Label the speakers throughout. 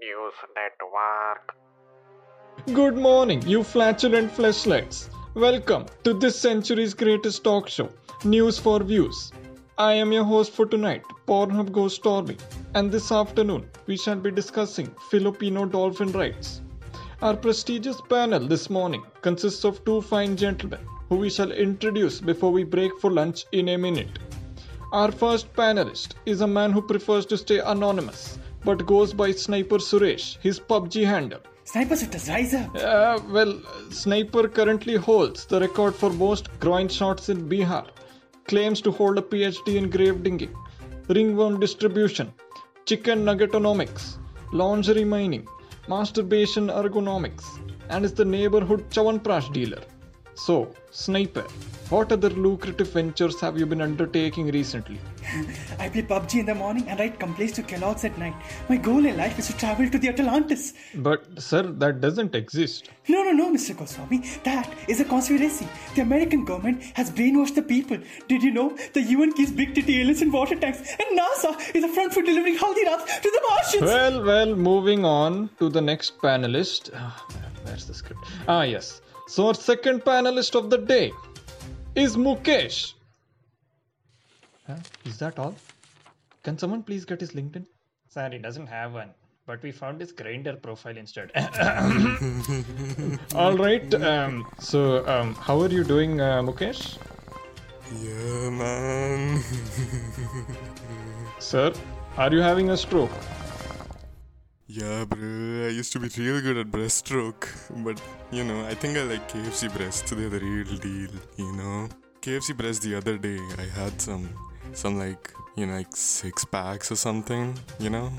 Speaker 1: News Network.
Speaker 2: Good morning, you flatulent fleshlights. Welcome to this century's greatest talk show, News for Views. I am your host for tonight, Pornhub Ghost Stormy, and this afternoon we shall be discussing Filipino dolphin rights. Our prestigious panel this morning consists of two fine gentlemen who we shall introduce before we break for lunch in a minute. Our first panelist is a man who prefers to stay anonymous but goes by Sniper Suresh, his PUBG handle.
Speaker 3: Sniper Sisters, rise up!
Speaker 2: Uh, well, Sniper currently holds the record for most groin shots in Bihar, claims to hold a PhD in grave digging, ringworm distribution, chicken nuggetonomics, lingerie mining, masturbation ergonomics, and is the neighborhood Chawanprash dealer. So, Sniper, what other lucrative ventures have you been undertaking recently?
Speaker 3: I play PUBG in the morning and write complaints to Kellogg's at night. My goal in life is to travel to the Atlantis.
Speaker 2: But, sir, that doesn't exist.
Speaker 3: No, no, no, Mr. Goswami. That is a conspiracy. The American government has brainwashed the people. Did you know the UN keeps big titty aliens in water tanks and NASA is a front for delivering healthy rats to the Martians?
Speaker 2: Well, well, moving on to the next panelist. Ah, Where's the script? Ah, yes. So, our second panelist of the day is Mukesh. Huh? Is that all? Can someone please get his LinkedIn?
Speaker 4: Sir, he doesn't have one. But we found his grinder profile instead.
Speaker 2: All right. Um, so, um, how are you doing, uh, Mukesh?
Speaker 5: Yeah, man.
Speaker 2: Sir, are you having a stroke?
Speaker 5: yeah, bro. I used to be real good at breaststroke, but you know, I think I like KFC breasts. They're the real deal, you know. KFC breasts the other day, I had some, some like, you know, like six packs or something, you know.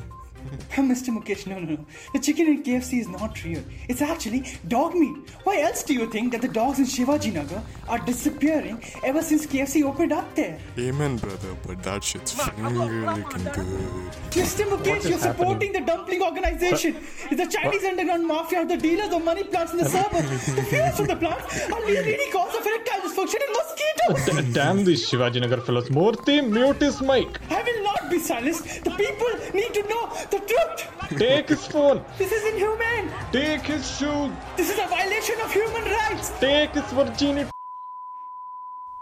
Speaker 3: Ah, Mr. Mukesh, no, no, no. The chicken in KFC is not real. It's actually dog meat. Why else do you think that the dogs in Shivaji Nagar are disappearing ever since KFC opened up there?
Speaker 5: Amen, brother. But that shit's finger looking good.
Speaker 3: Mr. Mukesh, you're supporting the dumpling organization. the Chinese underground mafia are the dealers of money plants in the suburbs. the fuels from the plants are the leading cause of erectile dysfunction in mosquitoes.
Speaker 2: D- damn these Shivajinagar fellows. Murthy, mute his mic.
Speaker 3: I will not be silenced. The people need to know the truth.
Speaker 2: Take his phone.
Speaker 3: This is inhumane.
Speaker 2: Take his shoes.
Speaker 3: This is a violation of human rights.
Speaker 2: Take his virginity.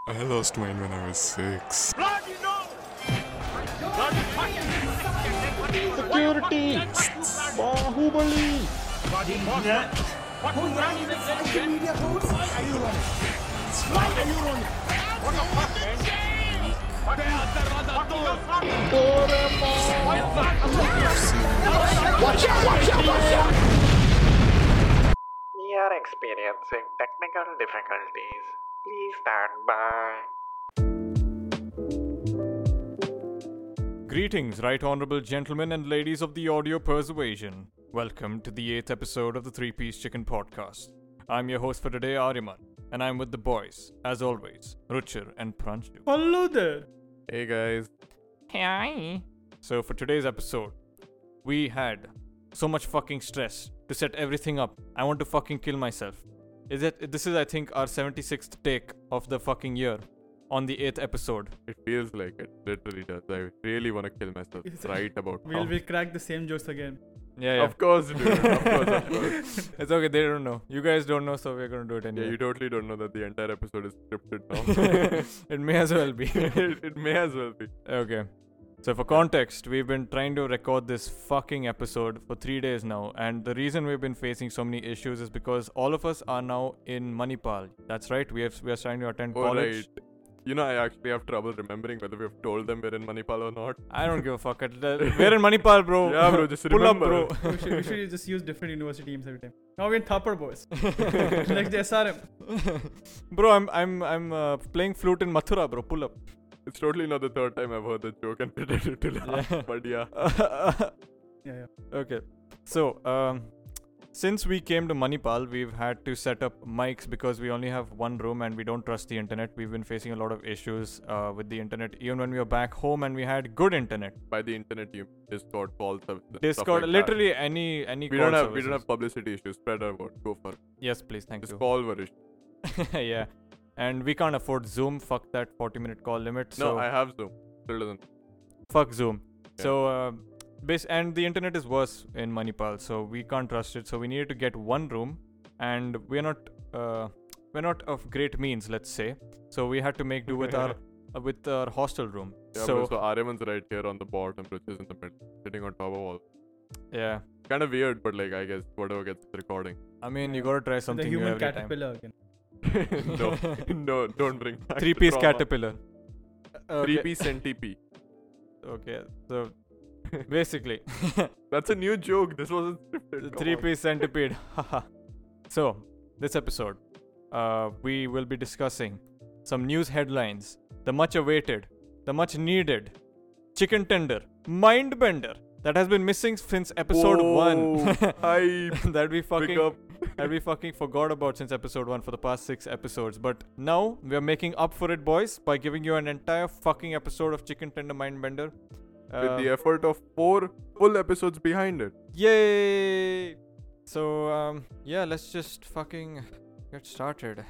Speaker 5: I lost mine when I was six.
Speaker 2: Security. Bahubali.
Speaker 1: We are experiencing technical difficulties. Please stand by.
Speaker 6: Greetings, right honorable gentlemen and ladies of the audio persuasion. Welcome to the eighth episode of the Three Piece Chicken Podcast. I'm your host for today, Ariman, and I'm with the boys, as always, Ruchir and Pranjdu.
Speaker 3: Hello there.
Speaker 6: Hey guys. Hi. So for today's episode, we had so much fucking stress to set everything up. I want to fucking kill myself. Is it this is I think our 76th take of the fucking year on the 8th episode.
Speaker 7: It feels like it. Literally does. I really want to kill myself
Speaker 8: Yes.
Speaker 7: right about
Speaker 8: We'll,
Speaker 7: now.
Speaker 8: we'll crack the same jokes again.
Speaker 6: Yeah,
Speaker 7: Of course, dude. Of course, of course.
Speaker 6: It's okay, they don't know. You guys don't know, so we're gonna do it
Speaker 7: Yeah,
Speaker 6: anyway.
Speaker 7: you totally don't know that the entire episode is scripted now.
Speaker 6: it may as well be.
Speaker 7: it, it may as well be.
Speaker 6: okay. So, for context, we've been trying to record this fucking episode for three days now, and the reason we've been facing so many issues is because all of us are now in Manipal. That's right, we have we are starting to attend
Speaker 7: All Oh, right.
Speaker 6: college.
Speaker 7: You know, I actually have trouble remembering whether we've told them we're in Manipal or not.
Speaker 6: I don't give a fuck. It- We're in Manipal, bro.
Speaker 7: Yeah, bro, just
Speaker 6: Pull
Speaker 7: remember.
Speaker 6: up, bro.
Speaker 8: We should, we should just use different university names every time. Now we're in Thapar Boys. like the SRM.
Speaker 6: bro, I'm I'm I'm uh, playing flute in Mathura, bro. Pull up.
Speaker 7: It's totally not the third time I've heard the joke and pretended to laugh.
Speaker 6: Yeah.
Speaker 7: But yeah.
Speaker 8: Yeah, yeah.
Speaker 6: Okay. So, um, since we came to Manipal, we've had to set up mics because we only have one room and we don't trust the internet. We've been facing a lot of issues uh, with the internet, even when we were back home and we had good internet.
Speaker 7: By the internet, you Discord, call service. and stuff
Speaker 6: Discord,
Speaker 7: like that.
Speaker 6: literally any any.
Speaker 7: We
Speaker 6: call
Speaker 7: don't have we
Speaker 6: services.
Speaker 7: don't have publicity issues. Spread our word. Go for it.
Speaker 6: Yes, please. Thank
Speaker 7: Just
Speaker 6: you.
Speaker 7: call Varish.
Speaker 6: yeah, and we can't afford Zoom. Fuck that 40 minute call limit.
Speaker 7: No,
Speaker 6: so
Speaker 7: I have Zoom. Still doesn't.
Speaker 6: fuck Zoom.
Speaker 7: Yeah.
Speaker 6: So um Bas- and the internet is worse in Manipal, so we can't trust it. So we needed to get one room, and we're not uh, we're not of great means, let's say. So we had to make do with our uh, with our hostel room.
Speaker 7: Yeah,
Speaker 6: so
Speaker 7: bro, so Ariman's right here on the bottom, Rich is in the middle, sitting on top of all.
Speaker 6: yeah,
Speaker 7: Kind of weird, but like I guess whatever gets recording.
Speaker 6: I mean you gotta try something new
Speaker 8: the human
Speaker 6: every time.
Speaker 8: caterpillar again.
Speaker 7: no, no, don't bring back
Speaker 6: Three
Speaker 7: the
Speaker 6: piece
Speaker 7: trauma.
Speaker 6: caterpillar. Uh,
Speaker 7: Three
Speaker 6: okay.
Speaker 7: piece centipede.
Speaker 6: Okay, so basically
Speaker 7: That's a new joke. This wasn't scripted.
Speaker 6: the
Speaker 7: come
Speaker 6: three
Speaker 7: on.
Speaker 6: piece centipede. Haha. so, this episode, uh, we will be discussing some news headlines, the much awaited, the much needed chicken tender, mind bender that has been missing since episode
Speaker 7: Oh,
Speaker 6: one.
Speaker 7: hype.
Speaker 6: that we
Speaker 7: Pick
Speaker 6: fucking
Speaker 7: up.
Speaker 6: that we fucking forgot about since episode one for the past six episodes. But now we are making up for it, boys, by giving you an entire fucking episode of chicken tender mind bender. uh,
Speaker 7: With the effort of four full episodes behind it.
Speaker 6: Yay! So um yeah, let's just fucking get started.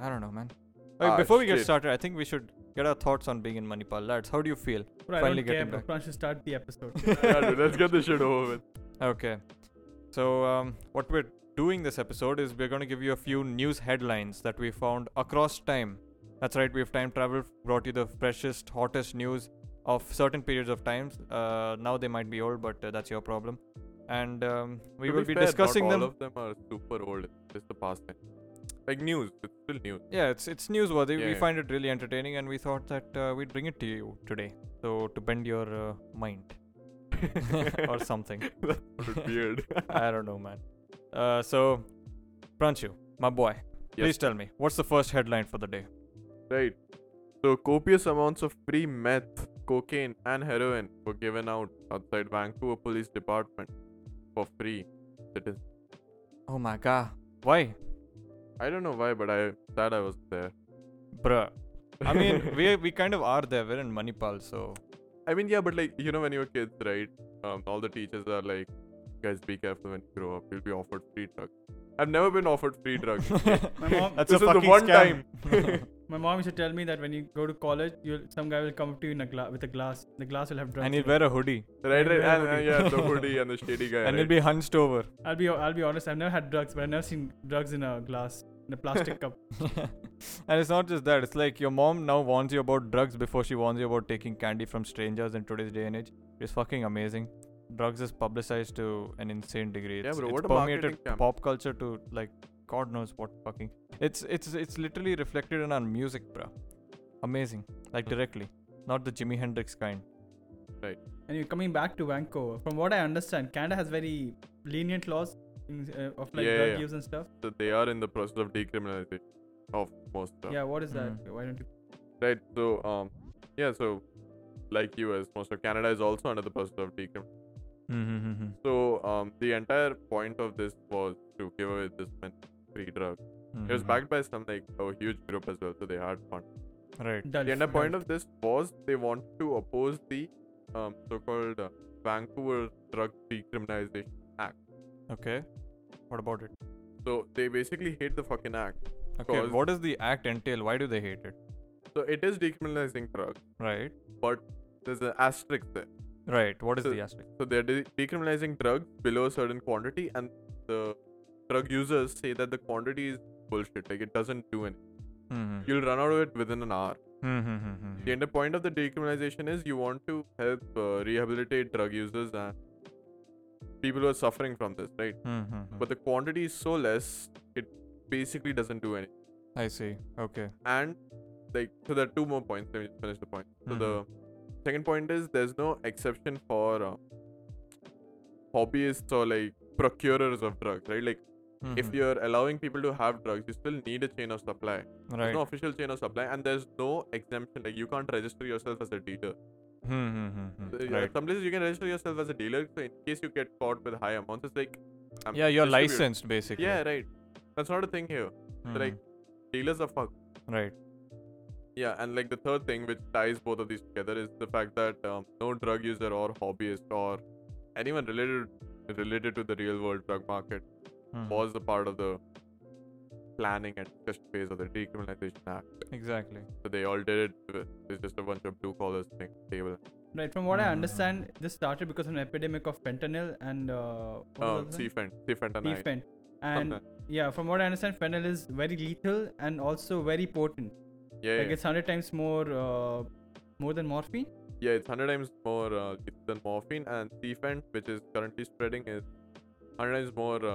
Speaker 6: I don't know, man. Wait,
Speaker 7: Ah,
Speaker 6: before we get
Speaker 7: shit.
Speaker 6: started, I think we should get our thoughts on being in Manipal. Lads, how do you feel?
Speaker 8: Bro, I
Speaker 6: Finally
Speaker 8: don't care,
Speaker 6: getting
Speaker 8: bro.
Speaker 6: back.
Speaker 8: Pran should start the episode.
Speaker 7: Yeah, dude, let's get this shit over with.
Speaker 6: Okay. So um what we're doing this episode is we're gonna give you a few news headlines that we found across time. That's right, we've time traveled, brought you the freshest, hottest news of certain periods of times. Uh, now they might be old, but uh, that's your problem. And um, we
Speaker 7: To
Speaker 6: will be
Speaker 7: fair, not
Speaker 6: discussing them.
Speaker 7: All of them are super old. It's just the past time. Like news. It's still news.
Speaker 6: Yeah, it's it's newsworthy.
Speaker 7: Yeah,
Speaker 6: we
Speaker 7: yeah.
Speaker 6: find it really entertaining, and we thought that uh, we'd bring it to you today, so to bend your uh, mind or something.
Speaker 7: That's so weird.
Speaker 6: I don't know, man. Uh, so, Pranchu, my boy, please tell me what's the first headline for the day?
Speaker 7: Right. So copious amounts of free meth, cocaine, and heroin were given out outside Vancouver Police Department for free. Citizens.
Speaker 6: Oh my god, why,
Speaker 7: I don't know why, but I sad I was there.
Speaker 6: bruh? I mean, we we kind of are there. We're in Manipal, so
Speaker 7: I mean, yeah, but like you know, when you were kids, right? Um, all the teachers are like, guys, be careful when you grow up. You'll be offered free drugs. I've never been offered free drugs.
Speaker 8: My mom,
Speaker 6: that's a
Speaker 7: this is the
Speaker 6: fucking
Speaker 7: one
Speaker 6: scam.
Speaker 7: time.
Speaker 8: my mom used to tell me that when you go to college, you'll, some guy will come up to you in a gla- with a glass. The glass will have drugs.
Speaker 6: and
Speaker 8: in
Speaker 6: he'll
Speaker 8: it.
Speaker 6: wear a hoodie,
Speaker 7: right, right, and,
Speaker 8: hoodie.
Speaker 7: and yeah, the hoodie and the shady guy.
Speaker 6: and
Speaker 7: right?
Speaker 6: he'll be hunched over.
Speaker 8: I'll be I'll be honest. I've never had drugs, but I've never seen drugs in a glass in a plastic cup.
Speaker 6: and it's not just that it's like your mom now warns you about drugs before she warns you about taking candy from strangers in today's day and age it's fucking amazing drugs is publicized to an insane degree it's,
Speaker 7: Yeah, bro,
Speaker 6: it's
Speaker 7: what a
Speaker 6: permeated
Speaker 7: marketing camp.
Speaker 6: pop culture to like god knows what fucking it's it's it's literally reflected in our music bro amazing like directly not the jimi hendrix kind
Speaker 8: And you're coming back to Vancouver. From what I understand, Canada has very lenient laws in, uh, of like
Speaker 7: Yeah,
Speaker 8: drug
Speaker 7: yeah.
Speaker 8: use and stuff.
Speaker 7: So they are in the process of decriminalization of most drugs.
Speaker 8: Yeah, what is that?
Speaker 7: mm.
Speaker 8: Why don't you?
Speaker 7: Right. So um, yeah. So like US, most of Canada is also under the process of decriminalization.
Speaker 6: mm-hmm.
Speaker 7: So um, the entire point of this was to give away this many free drugs. It
Speaker 6: Mm-hmm.
Speaker 7: was backed by some like a huge group as well, so they had fun.
Speaker 6: right
Speaker 8: Dulf,
Speaker 7: The entire point
Speaker 8: dulf.
Speaker 7: of this was they want to oppose the um, so-called uh, Vancouver Drug Decriminalization.
Speaker 6: okay what about it
Speaker 7: So they basically hate the fucking act.
Speaker 6: okay
Speaker 7: Cause-
Speaker 6: what does the act entail why do they hate it
Speaker 7: So it is decriminalizing drugs,
Speaker 6: right
Speaker 7: but there's an asterisk there.
Speaker 6: right what is
Speaker 7: So-
Speaker 6: the aspect
Speaker 7: So they're de- decriminalizing drugs below a certain quantity, and the drug users say that the quantity is bullshit. Like it doesn't do anything.
Speaker 6: mm-hmm.
Speaker 7: You'll run out of it within an hour.
Speaker 6: Mm-hmm.
Speaker 7: The entire point of the decriminalization is you want to help uh, rehabilitate drug users and people who are suffering from this, right?
Speaker 6: Mm-hmm.
Speaker 7: But the quantity is so less, it basically doesn't do anything.
Speaker 6: I see. Okay.
Speaker 7: And like, so there are two more points. Let me just finish the point. So the
Speaker 6: Mm-hmm.
Speaker 7: second point is there's no exception for uh, hobbyists or like procurers of drugs, right? Like, if
Speaker 6: Mm-hmm.
Speaker 7: you're allowing people to have drugs, you still need a chain of supply.
Speaker 6: right.
Speaker 7: There's no official chain of supply, and there's no exemption. Like, you can't register yourself as a dealer. Uh,
Speaker 6: Mm-hmm.
Speaker 7: yeah,
Speaker 6: Mm, Right.
Speaker 7: Some places you can register yourself as a dealer, so in case you get caught with high amounts, it's like I'm
Speaker 6: Yeah, you're
Speaker 7: distributed.
Speaker 6: licensed basically.
Speaker 7: um,
Speaker 6: Mm.
Speaker 7: Yeah, right. That's not a thing here. So, like dealers are fucked.
Speaker 6: Mhm. right.
Speaker 7: Yeah, and like the third thing which ties both of these together is the fact that um, no drug user or hobbyist or anyone related related to the real world drug market
Speaker 6: Mhm.
Speaker 7: was a part of the planning and discussion phase of the decriminalization act.
Speaker 6: Exactly.
Speaker 7: So they all did it. with- It's just a bunch of blue collars thing table.
Speaker 8: Right. From what I understand, this started because of an epidemic of fentanyl and uh, what was the
Speaker 7: Um,
Speaker 8: other
Speaker 7: C
Speaker 8: thing?
Speaker 7: Fent, C Fent and I.
Speaker 8: P-Fent. And
Speaker 7: Something.
Speaker 8: yeah, from what I understand, fentanyl is very lethal and also very potent.
Speaker 7: Yeah,
Speaker 8: Like
Speaker 7: yeah.
Speaker 8: it's hundred times more, uh, more than morphine.
Speaker 7: yeah, it's hundred times more uh, lethal than morphine, and C Fent, which is currently spreading, is hundred times more uh,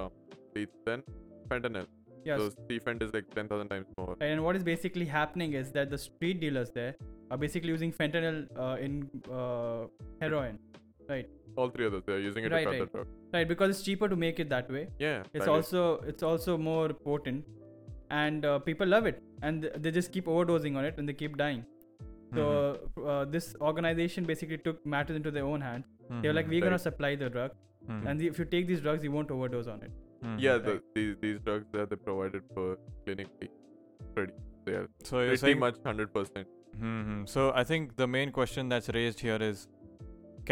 Speaker 7: lethal than fentanyl.
Speaker 8: Yes.
Speaker 7: So C Fent is like ten thousand times more.
Speaker 8: Right, and what is basically happening is that the street dealers there are basically using fentanyl uh, in uh, heroin. Right.
Speaker 7: All three of those, they're using it
Speaker 8: Right,
Speaker 7: to cut
Speaker 8: right.
Speaker 7: the drug.
Speaker 8: Right. Because it's cheaper to make it that way.
Speaker 7: Yeah.
Speaker 8: it's
Speaker 7: that is-
Speaker 8: also it's also more potent and uh, people love it and th- they just keep overdosing on it and they keep dying so
Speaker 7: Mm-hmm.
Speaker 8: uh, this organization basically took matters into their own hands they were like
Speaker 6: Mm-hmm.
Speaker 8: we're
Speaker 7: Mm-hmm. Right. Mm-hmm.
Speaker 8: gonna supply the drug and if you take these drugs you won't overdose on it
Speaker 6: Mm-hmm. Hmm,
Speaker 7: yeah. The, these these drugs that they provided for clinically, pretty they are
Speaker 6: So you're
Speaker 7: pretty
Speaker 6: saying
Speaker 7: much hundred percent.
Speaker 6: hmm So I think the main question that's raised here is,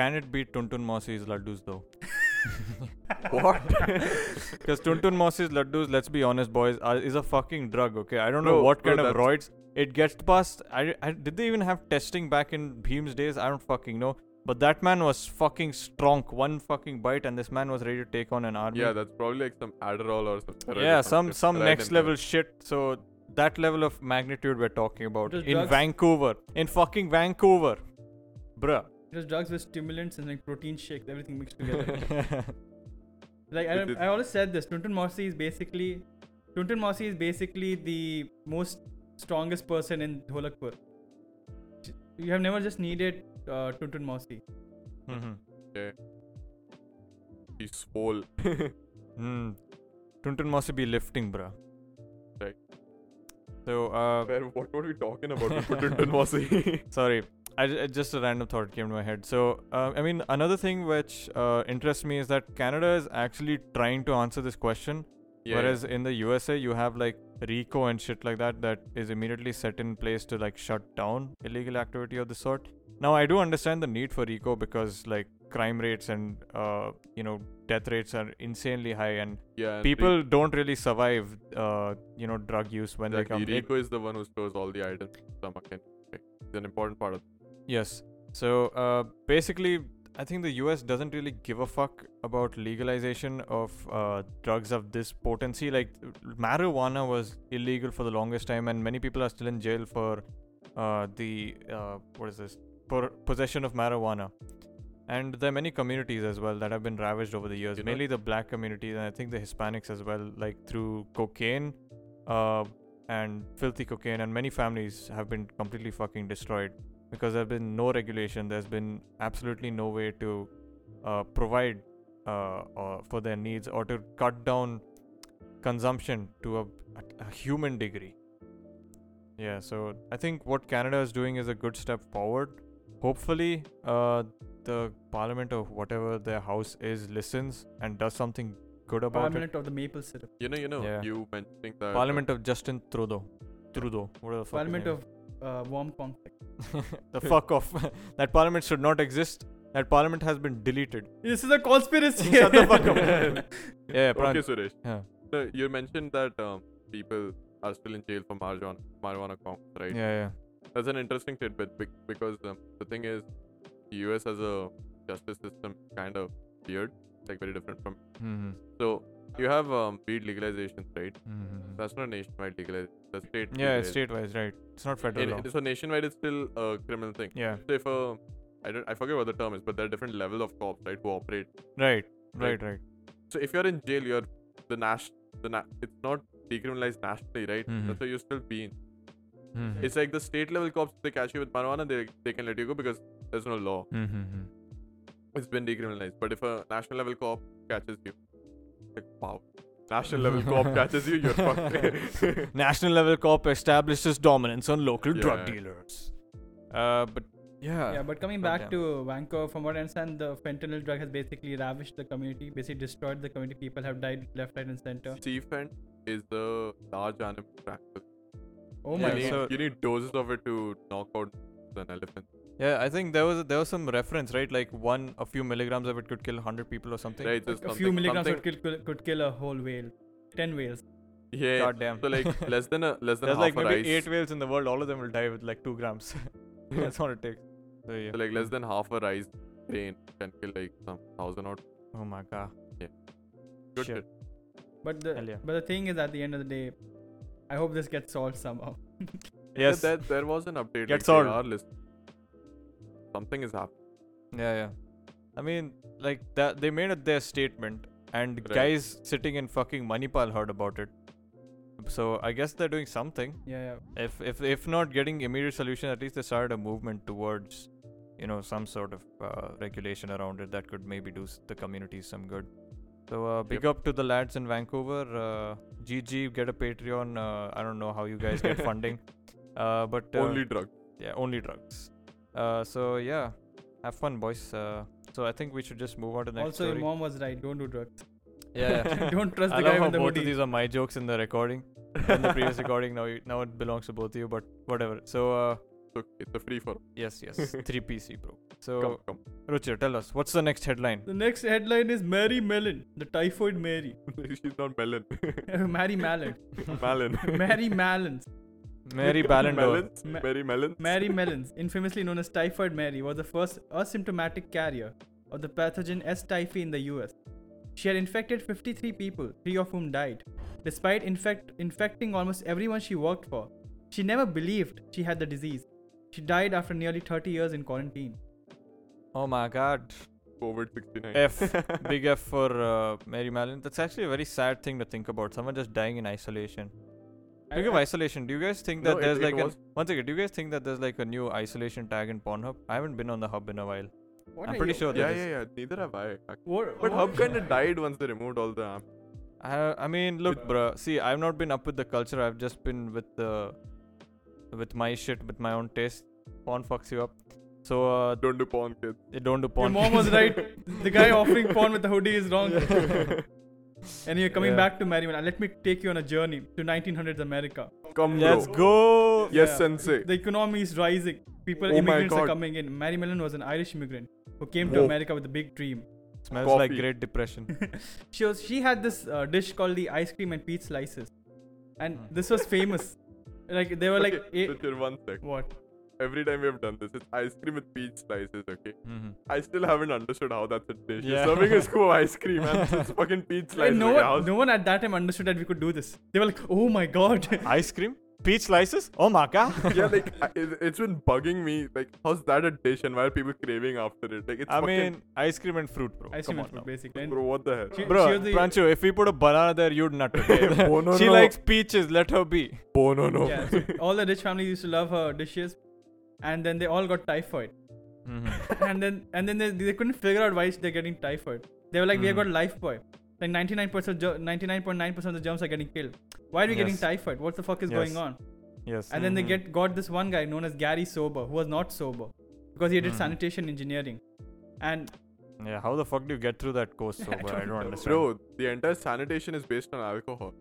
Speaker 6: can it beat Tuntun Mausi's laddus though?
Speaker 7: What?
Speaker 6: Because Tuntun Mausi's laddus, let's be honest, boys, are, is a fucking drug. Okay, I don't know
Speaker 7: Bro,
Speaker 6: what
Speaker 7: bro,
Speaker 6: kind of
Speaker 7: that's-
Speaker 6: roids it gets past. I, I did they even have testing back in Bhim's days? I don't fucking know. But that man was fucking strong. One fucking bite, and this man was ready to take on an army.
Speaker 7: Yeah, that's probably like some Adderall or some. steroid or
Speaker 6: yeah,
Speaker 7: some
Speaker 6: some
Speaker 7: shit,
Speaker 6: some
Speaker 7: right
Speaker 6: next
Speaker 7: in there.
Speaker 6: level shit. So that level of magnitude we're talking about
Speaker 8: It was
Speaker 6: in
Speaker 8: drugs.
Speaker 6: Vancouver, in fucking Vancouver, bruh.
Speaker 8: it was drugs with stimulants and like protein shakes everything mixed together like I,
Speaker 7: It is-
Speaker 8: I always said this Tuntun Morsi is basically Tuntun Morsi is basically the most strongest person in Dholakpur you have never just needed uh, Tuntun Morsi
Speaker 6: Mhm.
Speaker 7: He's swole.
Speaker 6: Mm. Tuntun must be lifting, bruh.
Speaker 7: Right.
Speaker 6: So, uh,
Speaker 7: Where, what were we talking about? We put Tuntun Masi.
Speaker 6: sorry, I, ju- just a random thought came to my head. So, uh, I mean, another thing which uh, interests me is that Canada is actually trying to answer this question,
Speaker 7: yeah.
Speaker 6: whereas in the USA you have like RICO and shit like that that is immediately set in place to like shut down illegal activity of the sort. Now, I do understand the need for RICO because like crime rates and uh, you know death rates are insanely high and
Speaker 7: yeah, and
Speaker 6: people don't really survive uh you know drug use when they
Speaker 7: Like,
Speaker 6: come It-
Speaker 7: Rico is the one who stores all the items in the stomach and like, it's an important part of
Speaker 6: yes so uh basically i think the us doesn't really give a fuck about legalization of uh drugs of this potency like marijuana was illegal for the longest time and many people are still in jail for uh the uh what is this for possession of marijuana and there are many communities as well that have been ravaged over the years
Speaker 7: You know-
Speaker 6: mainly the black communities and i think the hispanics as well like through cocaine uh and filthy cocaine and many families have been completely fucking destroyed because there's been no regulation there's been absolutely no way to uh, provide uh, uh, for their needs or to cut down consumption to a, a, a human degree yeah so i think what canada is doing is a good step forward hopefully uh, the parliament or whatever their house is listens and does something good about
Speaker 8: Five
Speaker 6: it
Speaker 8: minute of the maple syrup.
Speaker 7: You know, you know,
Speaker 6: Yeah.
Speaker 7: you mentioning that. uh,
Speaker 6: Parliament of Justin Trudeau. Trudeau. What the fuck? his
Speaker 8: Parliament
Speaker 6: name
Speaker 8: of uh, warm conflict.
Speaker 6: is. the fuck off. that parliament should not exist. That parliament has been deleted.
Speaker 8: This is a conspiracy.
Speaker 6: Shut the fuck up. Yeah, Pran.
Speaker 7: uh, okay, Suresh.
Speaker 6: Yeah.
Speaker 7: So you mentioned that um, people are still in jail for marijuana, marijuana counts, right?
Speaker 6: Yeah,
Speaker 7: That's an interesting tidbit bec- because um, the thing is, the US has a justice system kind of weird, like very different from.
Speaker 6: yeah. Mm-hmm.
Speaker 7: So you have um, weed legalization, right?
Speaker 6: Mm-hmm.
Speaker 7: That's not nationwide legalization. That's state.
Speaker 6: Yeah, it's
Speaker 7: legalization.
Speaker 6: state-wise, right? It's not federal
Speaker 7: In-
Speaker 6: law.
Speaker 7: so nationwide, it's still a criminal thing.
Speaker 6: Yeah,
Speaker 7: So if a, I don't, I forget what the term is, but there are different level of cops, right, who operate.
Speaker 6: right,
Speaker 7: Right.
Speaker 6: right, right.
Speaker 7: So if you're in jail, you're the national, the na- it's not decriminalized nationally, right?
Speaker 6: Mhm.
Speaker 7: That's why you still be in.
Speaker 6: Mm-hmm.
Speaker 7: It's like the state level cops, they catch you with marijuana, they they can let you go because there's no law.
Speaker 6: Mm-hmm.
Speaker 7: It's been decriminalized. But if a national level cop catches you, like wow, national level cop catches you, you're fucked.
Speaker 6: National level cop establishes dominance on local drug
Speaker 7: Yeah.
Speaker 6: dealers. Uh, but yeah.
Speaker 8: yeah, but coming
Speaker 6: God
Speaker 8: back
Speaker 6: damn.
Speaker 8: to Vancouver, from what I understand, the fentanyl drug has basically ravished the community, basically destroyed the community. People have died left, right, and center.
Speaker 7: Sea Fent is the large animal tractor.
Speaker 8: Oh
Speaker 6: Yeah,
Speaker 8: my
Speaker 7: you, need,
Speaker 6: so-
Speaker 8: god.
Speaker 7: you need doses of it to knock out an elephant.
Speaker 6: yeah, I think there was there was some reference, right? Like one, a few milligrams of it could kill hundred people or something.
Speaker 7: Right, just
Speaker 8: a
Speaker 7: something,
Speaker 8: few milligrams
Speaker 7: something,
Speaker 8: could kill, could, could kill a whole whale. 10 whales.
Speaker 7: Yeah.
Speaker 6: Goddamn.
Speaker 7: So like less than a less than
Speaker 6: There's
Speaker 7: half
Speaker 6: like
Speaker 7: a
Speaker 6: maybe
Speaker 7: rice.
Speaker 6: eight whales in the world. All of them will die with like two grams. That's what it takes. So, yeah.
Speaker 7: So, like less than half a rice grain can kill like some thousand or
Speaker 6: Oh my god.
Speaker 7: good
Speaker 6: Shit.
Speaker 7: shit.
Speaker 8: But the
Speaker 6: Hell yeah.
Speaker 8: but the thing is, at the end of the day, I hope this gets solved somehow.
Speaker 7: Yeah,
Speaker 6: Yes.
Speaker 7: there, there was an update.
Speaker 6: Get
Speaker 7: like,
Speaker 6: solved.
Speaker 7: they are list. Something is happening.
Speaker 6: Yeah, yeah. I mean, like that they made it their statement, and
Speaker 7: Right.
Speaker 6: guys sitting in fucking Manipal heard about it. So I guess they're doing something.
Speaker 8: yeah, yeah.
Speaker 6: If if if not getting immediate solution, at least they started a movement towards, you know, some sort of uh, regulation around it that could maybe do s- the community some good. So uh, big up to the lads in Vancouver. Uh, GG, get a Patreon. Uh, I don't know how you guys get funding, uh, but uh,
Speaker 7: Only drug.
Speaker 6: yeah only drugs uh so yeah have fun boys uh so i think we should just move on to the next
Speaker 8: Also, your
Speaker 6: story
Speaker 8: mom was right. Don't do drugs.
Speaker 6: yeah, yeah.
Speaker 8: don't trust
Speaker 6: i
Speaker 8: the
Speaker 6: love
Speaker 8: guy
Speaker 6: how
Speaker 8: with the
Speaker 6: both
Speaker 8: hoodie.
Speaker 6: of these are my jokes in the recording in the previous recording now you, now it belongs to both of you but whatever so uh
Speaker 7: It's okay. It's a free for all.
Speaker 6: yes yes 3pc bro so
Speaker 7: Come, come.
Speaker 6: ruchir tell us what's the next headline
Speaker 8: The next headline is Mary Mellon, the typhoid Mary.
Speaker 7: She's not melon.
Speaker 8: Mary Mellon.
Speaker 7: melon.
Speaker 8: Mary Mellons.
Speaker 6: mary ballandor
Speaker 7: Melons.
Speaker 8: Ma-
Speaker 7: Mary melon.
Speaker 8: Mary Mellons, infamously known as typhoid Mary, was the first asymptomatic carrier of the pathogen S. typhi in the US. She had infected 53 people, three of whom died. Despite infect- infecting almost everyone she worked for, she never believed she had the disease. She died after nearly 30 years in quarantine.
Speaker 6: oh my god
Speaker 7: COVID 69.
Speaker 6: f big f for uh, mary mallon that's actually a very sad thing to think about someone just dying in isolation Speaking of isolation, do you guys think that
Speaker 7: No, it-
Speaker 6: there's
Speaker 7: it
Speaker 6: like an,
Speaker 7: was-
Speaker 6: one second? Do you guys think that there's like a new isolation tag in Pornhub? I haven't been on the hub in a while.
Speaker 8: What
Speaker 6: I'm
Speaker 8: are
Speaker 6: pretty
Speaker 8: you-
Speaker 6: sure
Speaker 7: yeah,
Speaker 6: there is.
Speaker 7: yeah, yeah. Neither have I. actually.
Speaker 8: What-
Speaker 7: But
Speaker 8: what-
Speaker 7: Hub kind of died once they removed all the amp.
Speaker 6: I, I mean, look, bruh. See, I've not been up with the culture. I've just been with the, with my shit, with my own taste. Porn fucks you up. So uh,
Speaker 7: Don't do porn, kids.
Speaker 6: they don't do
Speaker 8: Your
Speaker 6: porn.
Speaker 8: mom was right. The guy offering porn with the hoodie is wrong. and you're coming
Speaker 6: Yeah.
Speaker 8: back to Mary Mellon. Let me take you on a journey to 1900s America.
Speaker 7: Come,
Speaker 6: Let's
Speaker 7: bro.
Speaker 6: go.
Speaker 7: Yes,
Speaker 8: Yeah.
Speaker 7: sensei.
Speaker 8: The economy is rising. People,
Speaker 7: Oh my
Speaker 8: immigrants are
Speaker 7: God. Oh.
Speaker 8: coming in. Mary Mellon was an Irish immigrant who came to
Speaker 7: Whoa.
Speaker 8: America with a big dream.
Speaker 6: Smells like
Speaker 7: Coffee.
Speaker 6: Great Depression.
Speaker 8: She was she had this uh, dish called the ice cream and peach slices, and
Speaker 6: Hmm.
Speaker 8: this was famous. like they were like,
Speaker 7: okay,
Speaker 8: eh,
Speaker 7: Richard, one sec.
Speaker 8: what?
Speaker 7: Every time we have done this, it's ice cream with peach slices, okay?
Speaker 6: Mhm.
Speaker 7: I still haven't understood how that's a dish.
Speaker 6: Yeah.
Speaker 7: You're serving a scoop of ice cream and it's fucking peach
Speaker 8: Like,
Speaker 7: slices.
Speaker 8: no
Speaker 7: okay,
Speaker 8: one,
Speaker 7: how's-
Speaker 8: no one at that time understood that we could do this. They were like, oh my god.
Speaker 6: Ice cream, peach slices. Oh my god.
Speaker 7: yeah, like I- it, it's been bugging me. Like, how's that a dish, and why are people craving after it? Like, it's
Speaker 6: I
Speaker 7: fucking
Speaker 6: mean, ice cream and fruit, bro.
Speaker 8: ice cream
Speaker 6: Come
Speaker 8: and
Speaker 6: on
Speaker 8: food,
Speaker 6: now.
Speaker 8: basically. And
Speaker 7: bro. What the hell?
Speaker 8: she-
Speaker 6: Bro,
Speaker 8: she was the-
Speaker 6: Prancho, if we put a banana there, you'd nut. it.
Speaker 7: oh, no,
Speaker 6: she
Speaker 7: no.
Speaker 6: likes peaches. Let her be.
Speaker 7: Oh no no.
Speaker 8: yeah, so all the rich families used to love her dishes, and then they all got typhoid. and then and then they, they couldn't figure out why they're getting typhoid. They were like, we have got life boy. Like 99% jo- 99.9% of the germs are getting killed. Why are we getting
Speaker 6: Yes.
Speaker 8: typhoid? What the fuck is going
Speaker 6: Yes.
Speaker 8: on?
Speaker 6: Yes.
Speaker 8: And then
Speaker 7: Mm-hmm.
Speaker 8: they get got this one guy known as Gary Sober, who was not sober because he did sanitation engineering. And
Speaker 6: Yeah, how the fuck do you get through that course sober? I don't, understand.
Speaker 7: Bro, the entire sanitation is based on alcohol.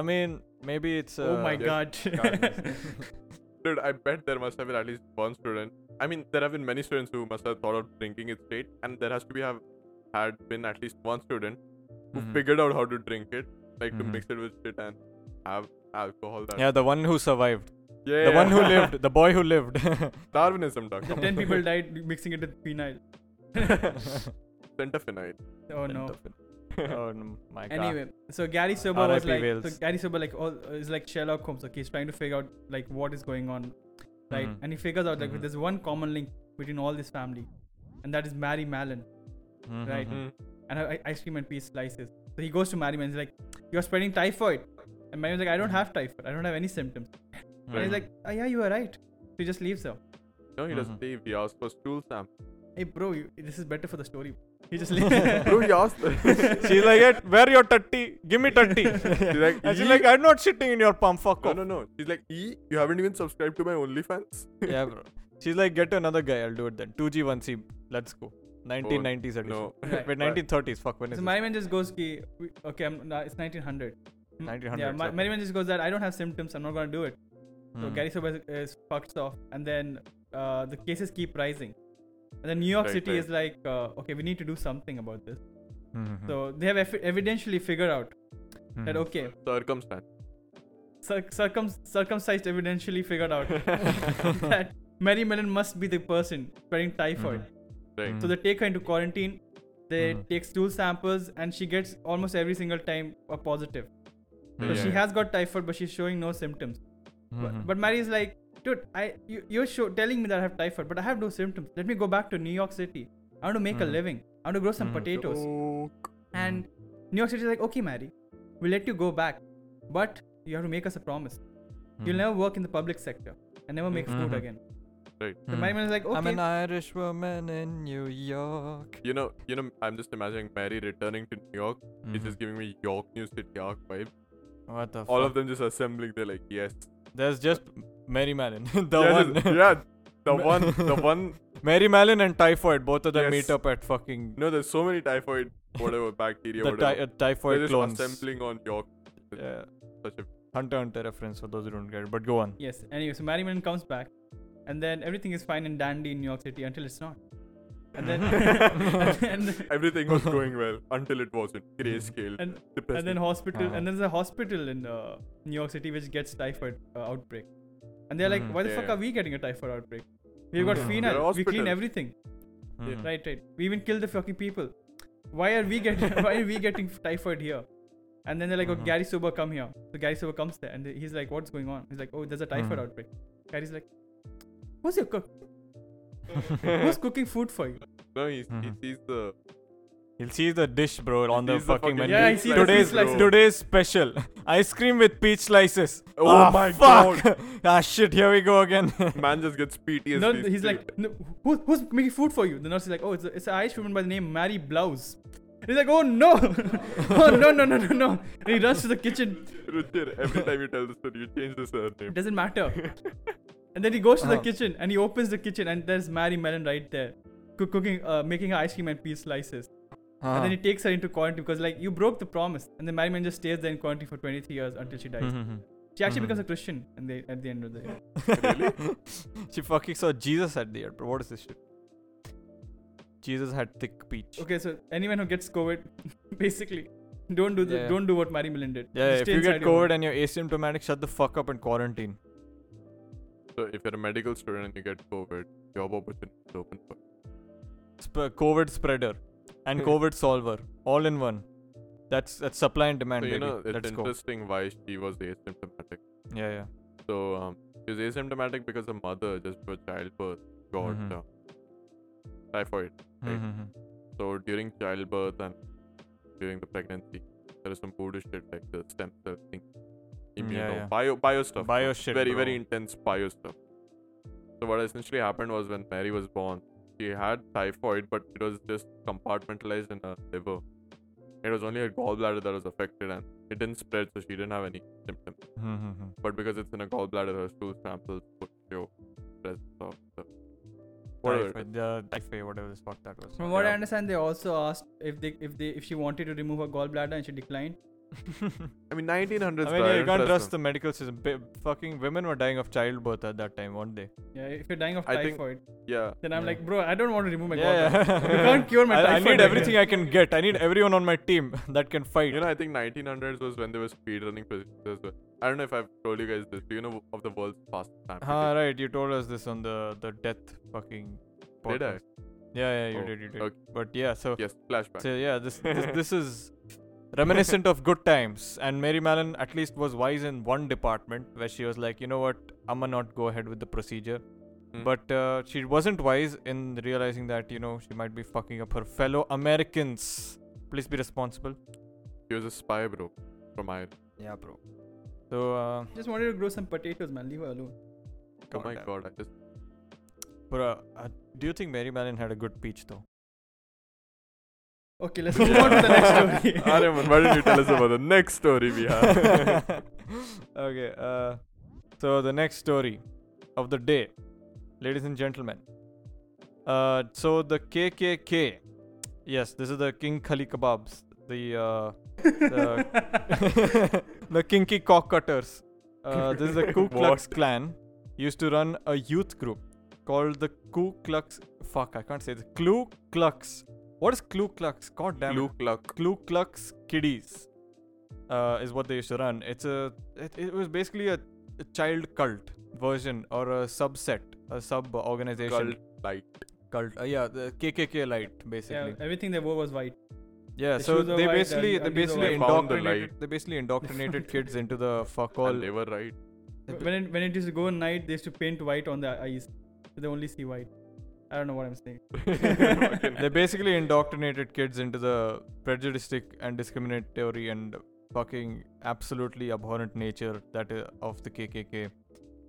Speaker 6: I mean, maybe it's. Uh,
Speaker 8: oh my
Speaker 7: yes,
Speaker 8: god,
Speaker 7: Dude, I bet there must have been at least one student. I mean, there have been many students who must have thought of drinking it straight, and there has to be have had been at least one student who
Speaker 6: Mhm.
Speaker 7: figured out how to drink it, like
Speaker 6: Mhm.
Speaker 7: to mix it with shit and have alcohol. That
Speaker 6: Yeah, the one who survived.
Speaker 7: yeah,
Speaker 6: The one who
Speaker 7: yeah.
Speaker 6: lived. The boy who lived.
Speaker 7: Darwinism, doctor.
Speaker 8: the 10 people died mixing it with phenyl.
Speaker 7: Pentaphenide.
Speaker 8: Oh no.
Speaker 6: oh no, my god.
Speaker 8: Anyway, so Gary Sober was
Speaker 6: R.I.P.
Speaker 8: like,
Speaker 6: Wales.
Speaker 8: so Gary Sober like all, is like Sherlock Holmes. Okay, he's trying to figure out like what is going on, right?
Speaker 6: Mhm.
Speaker 8: And he figures out like
Speaker 6: Mhm.
Speaker 8: there's one common link between all this family, and that is Mary Mallon,
Speaker 6: Mhm,
Speaker 8: right?
Speaker 6: mhm.
Speaker 8: And her i- ice cream and peas slices. So he goes to Mary Mallon. He's like, "You're spreading typhoid," and Mary's like, "I don't have typhoid. I don't have any symptoms." And he's
Speaker 6: Mhm.
Speaker 8: like, "Oh yeah, you are right." So he just leaves her.
Speaker 7: No, he
Speaker 6: Mm-hmm.
Speaker 7: doesn't leave. He asked for stool sample.
Speaker 8: Hey bro, you, this is better for the story. He just leaves.
Speaker 7: Bro, he asked.
Speaker 6: She's like, "Hey, where your tutty? Give me tutty.
Speaker 7: She's like,
Speaker 6: and she's
Speaker 7: "Yee."
Speaker 6: like, I'm not shitting in your pump. Fuck
Speaker 7: no,
Speaker 6: off.
Speaker 7: no, no. She's like, E, you haven't even subscribed to my OnlyFans.
Speaker 6: Yeah, bro. She's like, get another guy. I'll do it then. 2G, 1C. Let's go. 1990s edition.
Speaker 7: Oh, No.
Speaker 8: Right.
Speaker 6: Wait, 1930s. Fuck, when is
Speaker 8: So
Speaker 6: this?
Speaker 8: Merriman just goes, ki, we- okay, I'm, nah, it's 1900. Mm,
Speaker 6: 1900s,
Speaker 8: Yeah, Ma-
Speaker 6: okay.
Speaker 8: Merriman just goes that I don't have symptoms, I'm not gonna do it. So
Speaker 6: Hmm.
Speaker 8: Gary Sober is, is fucks off, and then uh, the cases keep rising. And then New York
Speaker 7: Right,
Speaker 8: City
Speaker 7: right.
Speaker 8: is like, uh, okay, we need to do something about this.
Speaker 6: Mhm,
Speaker 8: So they have eff- evidentially figured out
Speaker 6: mhm.
Speaker 8: that okay,
Speaker 7: Circumstance.
Speaker 8: cir- circum- circumcised evidentially figured out that Mary Mellon must be the person spreading typhoid.
Speaker 6: Hmm.
Speaker 7: Right.
Speaker 8: So they take her into quarantine. They take stool samples, and she gets almost every single time a positive. So she has got typhoid, but she's showing no symptoms.
Speaker 6: Hmm, Mm-hmm.
Speaker 8: But, but Mary's like, dude, I you, you're show, telling me that I have typhoid, but I have no symptoms. Let me go back to New York City. I want to make a living. I want to grow some potatoes. And New York City is like, okay, Mary, we'll let you go back, but you have to make us a promise.
Speaker 6: hmm, Mm-hmm.
Speaker 8: You'll never work in the public sector and never make food again.
Speaker 7: Right.
Speaker 8: So
Speaker 6: Mm-hmm. Hmm.
Speaker 8: Mary Mellon is like, okay,
Speaker 6: I'm an Irish woman in New York.
Speaker 7: You know, you know, I'm just imagining Mary returning to New York.
Speaker 6: Hmm.
Speaker 7: It's just giving me York New City York vibe.
Speaker 6: What the
Speaker 7: All
Speaker 6: fuck?
Speaker 7: of them just assembling. They're like, yes,
Speaker 6: There's just Mary Mallon. the
Speaker 7: yeah,
Speaker 6: one.
Speaker 7: just- yeah, the one, the one.
Speaker 6: Mary Mallon and Typhoid, both of them
Speaker 7: Yes.
Speaker 6: meet up at fucking
Speaker 7: No, there's so many typhoid, whatever bacteria,
Speaker 6: the ty- uh,
Speaker 7: whatever. They're
Speaker 6: Typhoid
Speaker 7: just
Speaker 6: clones.
Speaker 7: assembling on York.
Speaker 6: Yeah.
Speaker 7: Such a
Speaker 6: Hunter Hunter reference for those who don't get it, but go on.
Speaker 8: Yes. Anyway, so Mary Mellon comes back, and then everything is fine and dandy in New York City until it's not. And then, and, then-
Speaker 7: everything was going well until it wasn't. Grayscale.
Speaker 8: and, and
Speaker 7: Depressing.
Speaker 8: then hospital,
Speaker 7: Uh-huh.
Speaker 8: and then there's a hospital in uh, New York City which gets typhoid uh, outbreak, and they're like, why the fuck
Speaker 7: Hmm, yeah.
Speaker 8: are we getting a typhoid outbreak? We've got
Speaker 7: They're
Speaker 8: phenol, we clean
Speaker 7: hospitals.
Speaker 8: everything,
Speaker 6: Hmm.
Speaker 7: Yeah.
Speaker 8: right, right. We even kill the fucking people. Why are we getting why are we getting typhoid here? And then they're like, oh,
Speaker 7: Hmm.
Speaker 8: Gary Sober, come here. So Gary Sober comes there, and he's like, what's going on? He's like, oh, there's a typhoid
Speaker 7: Hmm.
Speaker 8: outbreak. Gary's like, who's your cook? Who's cooking food for you?
Speaker 7: no, he, he sees the.
Speaker 6: You'll see the dish, bro, on the
Speaker 7: sees the
Speaker 6: fucking
Speaker 7: fucking
Speaker 6: menu.
Speaker 8: Yeah, I
Speaker 7: Peach
Speaker 8: see the
Speaker 6: today's
Speaker 8: peach slices.
Speaker 7: bro.
Speaker 6: today's special ice cream with peach slices.
Speaker 7: Oh
Speaker 6: Ah,
Speaker 7: my
Speaker 6: fuck. ah shit, here we go again.
Speaker 7: Man just gets PTSD.
Speaker 8: No, he's
Speaker 7: straight.
Speaker 8: like, no, who, who's making food for you? The nurse is like, oh, it's, a, it's an Irish woman by the name Mary Blouse. He's like, oh no, oh no, no, no, no, no. And he runs to the kitchen.
Speaker 7: Ruchir, every time you tell the story, you change the surname.
Speaker 8: It doesn't matter. And then he goes to
Speaker 6: Uh-huh.
Speaker 8: the kitchen and he opens the kitchen and there's Mary Mellon right there, coo- cooking, uh, making her ice cream and peach slices. And
Speaker 6: Uh-huh.
Speaker 8: then he takes her into quarantine because like you broke the promise. And then Mary Mellon just stays there in quarantine for 23 years until she
Speaker 6: Mm-hmm.
Speaker 8: dies. She actually becomes a Christian and they, at the end of the day.
Speaker 6: she fucking saw Jesus at the end, bro. What is this shit? Jesus had thick peach.
Speaker 8: Okay, so anyone who gets COVID, basically, don't do the,
Speaker 6: Yeah.
Speaker 8: don't do what Mary Mellon did.
Speaker 6: Yeah,
Speaker 8: Just
Speaker 6: if
Speaker 8: stay
Speaker 6: you get
Speaker 8: inside your home.
Speaker 6: COVID and you're asymptomatic, shut the fuck up and quarantine.
Speaker 7: So if you're a medical student and you get COVID, job opportunity is open for
Speaker 6: Sp- COVID spreader and COVID solver, all in one. That's that's supply and demand,
Speaker 7: So you
Speaker 6: baby.
Speaker 7: know, it's
Speaker 6: Let's go.
Speaker 7: interesting why she was asymptomatic.
Speaker 6: Yeah, yeah.
Speaker 7: So um, she was asymptomatic because her mother just for childbirth got
Speaker 6: Mhm.
Speaker 7: uh, typhoid. Right.
Speaker 6: Mhm, mhm.
Speaker 7: So during childbirth and during the pregnancy, there is some Buddhist shit like the stem cell thing, immuno
Speaker 6: Mm, yeah.
Speaker 7: bio bio stuff, bro.
Speaker 6: Bio shit,
Speaker 7: very
Speaker 6: bro.
Speaker 7: very intense bio stuff. So what essentially happened was when Mary was born, she had typhoid, but it was just compartmentalized in her liver. It was only her gallbladder that was affected, and it didn't spread, so she didn't have any symptoms.
Speaker 6: Mhm, mhm, mhm.
Speaker 7: But because it's in a gallbladder, her stool samples would show presence of the whatever. it is.
Speaker 6: Typhoid, uh, typhoid, whatever the fuck that was.
Speaker 8: From what I
Speaker 7: Yeah.
Speaker 8: understand, they also asked if they if they if she wanted to remove her gallbladder and she declined.
Speaker 7: I mean, 1900s.
Speaker 6: I
Speaker 7: bro,
Speaker 6: mean, yeah, you
Speaker 7: don't
Speaker 6: can't
Speaker 7: trust
Speaker 6: trust the medical system. Ba- fucking women were dying of childbirth at that time, weren't they?
Speaker 8: Yeah, if you're dying of
Speaker 7: I think-
Speaker 8: typhoid,
Speaker 7: them. Yeah.
Speaker 8: then I'm like, bro, I don't want to remove my
Speaker 6: yeah,
Speaker 8: gallbladder.
Speaker 6: yeah.
Speaker 8: You can't cure my
Speaker 6: I, I
Speaker 8: typhoid.
Speaker 6: need
Speaker 8: man.
Speaker 6: everything I can get. I need everyone on my team that can fight.
Speaker 7: You know, I think 1900s was when there was speedrunning positions as well. I don't know if I've told you guys this. Do you know of the world's fastest
Speaker 6: ah,
Speaker 7: stampede?
Speaker 6: right. You told us this on the the death fucking. Podcast.
Speaker 7: Did I?
Speaker 6: Yeah, yeah, you
Speaker 7: Oh,
Speaker 6: did, you did.
Speaker 7: okay.
Speaker 6: But yeah, so
Speaker 7: Yes, flashback.
Speaker 6: so yeah, this this, this is reminiscent of good times. And Mary Mallon at least was wise in one department where she was like, you know what, I'ma not go ahead with the procedure.
Speaker 7: Hmm.
Speaker 6: But uh, she wasn't wise in realizing that you know she might be fucking up her fellow Americans. Please be responsible.
Speaker 7: He was a spy, bro, from Ireland.
Speaker 6: Yeah, bro. So, uh,
Speaker 8: Just wanted to grow some potatoes, man. Leave her alone.
Speaker 7: Oh my
Speaker 6: Goddamn.
Speaker 7: god, I just.
Speaker 6: bro, uh, do you think Mary Mallon had a good peach though?
Speaker 8: Okay, let's move on to the next story.
Speaker 7: Arya, man, why didn't you tell us about the next story we have?
Speaker 6: okay, uh, so the next story of the day, ladies and gentlemen. Uh, so the KKK, yes, this is the King Khali Kebabs, the uh, the, the kinky cock cutters. Uh, this is the Ku Klux Klan used to run a youth group called the Ku Klux. Fuck, I can't say the Ku Klux. What is Ku Klux? God damn it.
Speaker 7: Luke Luck.
Speaker 6: Ku Klux Kiddies uh, is what they used to run. It's a it, it was basically a, a child cult version or a subset a sub organization
Speaker 7: Cult like
Speaker 6: cult. Uh, yeah, the KKK light
Speaker 8: Yeah,
Speaker 6: basically.
Speaker 8: everything they wore was white.
Speaker 6: Yeah,
Speaker 8: The
Speaker 6: so
Speaker 8: shoes were
Speaker 6: they
Speaker 8: white
Speaker 6: basically
Speaker 8: and
Speaker 6: they
Speaker 8: undies were
Speaker 6: basically
Speaker 7: white. They found the
Speaker 6: indoctrinated they basically indoctrinated kids into the fuck all.
Speaker 7: and they were right.
Speaker 6: But-
Speaker 8: When it, when it used to go at night, they used to paint white on the eyes. So they only see white. I don't know what I'm saying.
Speaker 6: They basically indoctrinated kids into the prejudiced and discriminatory and fucking absolutely abhorrent nature that is of the KKK.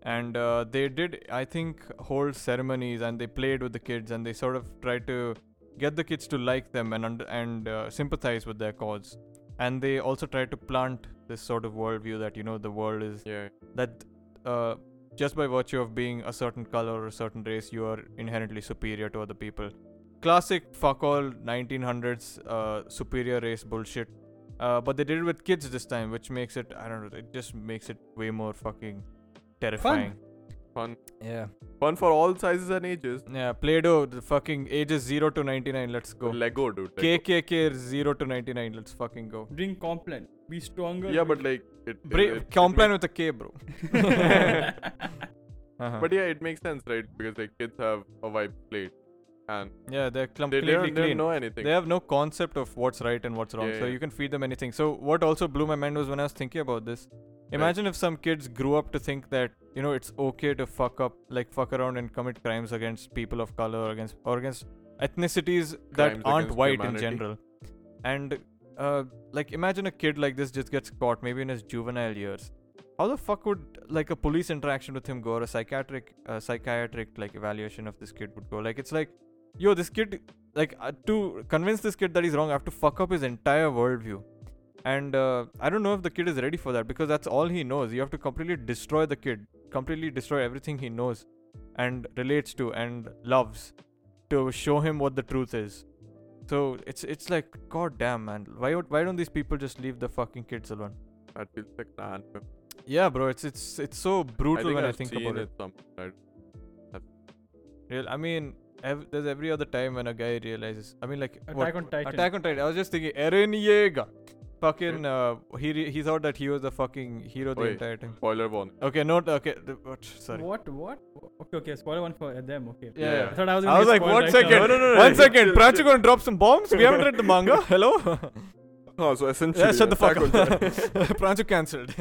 Speaker 6: And uh, they did, I think, hold ceremonies and they played with the kids and they sort of tried to get the kids to like them and und- and uh, sympathize with their cause. And they also tried to plant this sort of worldview that you know the world is
Speaker 7: Yeah.
Speaker 6: that uh, just by virtue of being a certain color or a certain race, you are inherently superior to other people. Classic fuck all 1900s uh, superior race bullshit. Uh, but they did it with kids this time, which makes it, I don't know, it just makes it way more fucking terrifying.
Speaker 7: Fun.
Speaker 6: Yeah.
Speaker 7: Fun for all sizes and ages.
Speaker 6: Yeah, Play Doh, the fucking ages 0 to 99, let's go.
Speaker 7: Lego, dude. Lego.
Speaker 6: KKK 0 to 99, let's fucking go.
Speaker 8: Drink Complan. Be stronger.
Speaker 7: Yeah, but like it. it-
Speaker 6: Bra-
Speaker 7: it
Speaker 6: Complan with a K, bro. Uh-huh.
Speaker 7: But yeah, it makes sense, right? Because like kids have a white plate, and
Speaker 6: yeah, they're
Speaker 7: they,
Speaker 6: completely
Speaker 7: they, don't, they
Speaker 6: clean.
Speaker 7: don't know anything.
Speaker 6: They have no concept of what's right and what's wrong.
Speaker 7: Yeah,
Speaker 6: so
Speaker 7: yeah.
Speaker 6: you can feed them anything. So what also blew my mind was when I was thinking about this. Imagine if some kids grew up to think that you know it's okay to fuck up, like fuck around and commit crimes against people of color, or against or against ethnicities that
Speaker 7: Crimes
Speaker 6: aren't
Speaker 7: against
Speaker 6: white
Speaker 7: humanity.
Speaker 6: in general. And uh, like imagine a kid like this just gets caught maybe in his juvenile years. How the fuck would like a police interaction with him go or a psychiatric uh, psychiatric like evaluation of this kid would go? Like it's like, yo, this kid like uh, to convince this kid that he's wrong, I have to fuck up his entire worldview. And uh, I don't know if the kid is ready for that because that's all he knows. You have to completely destroy the kid, completely destroy everything he knows and relates to and loves to show him what the truth is. So it's it's like god damn man, why would- why don't these people just leave the fucking kids alone?
Speaker 7: That feels like an anthem.
Speaker 6: Yeah, bro, it's it's it's so
Speaker 7: I
Speaker 6: brutal
Speaker 7: think
Speaker 6: when
Speaker 7: I've
Speaker 6: I think
Speaker 7: seen
Speaker 6: about it.
Speaker 7: some- I-
Speaker 6: Real, I mean, ev- there's every other time when a guy realizes. I mean, like
Speaker 8: Attack
Speaker 6: what-
Speaker 8: on Titan.
Speaker 6: Attack on Titan. I was just thinking, Eren Yeager. Fucking, uh, he re- he thought that he was the fucking hero the
Speaker 7: Oi.
Speaker 6: entire time.
Speaker 7: Spoiler warning.
Speaker 6: Okay, not okay. The, what? Sorry.
Speaker 8: What? What? Okay, okay. Spoiler one for them. Okay.
Speaker 6: Yeah.
Speaker 8: I thought I was.
Speaker 6: I was like, one
Speaker 8: one
Speaker 6: second,
Speaker 7: No, no, no, no,
Speaker 6: one
Speaker 7: no.
Speaker 6: second. Prachu gonna drop some bombs. We haven't read the manga. Hello.
Speaker 7: Oh, so essentially.
Speaker 6: yeah, shut the fuck up.
Speaker 7: Attack on Titan.
Speaker 6: Pranchu cancelled.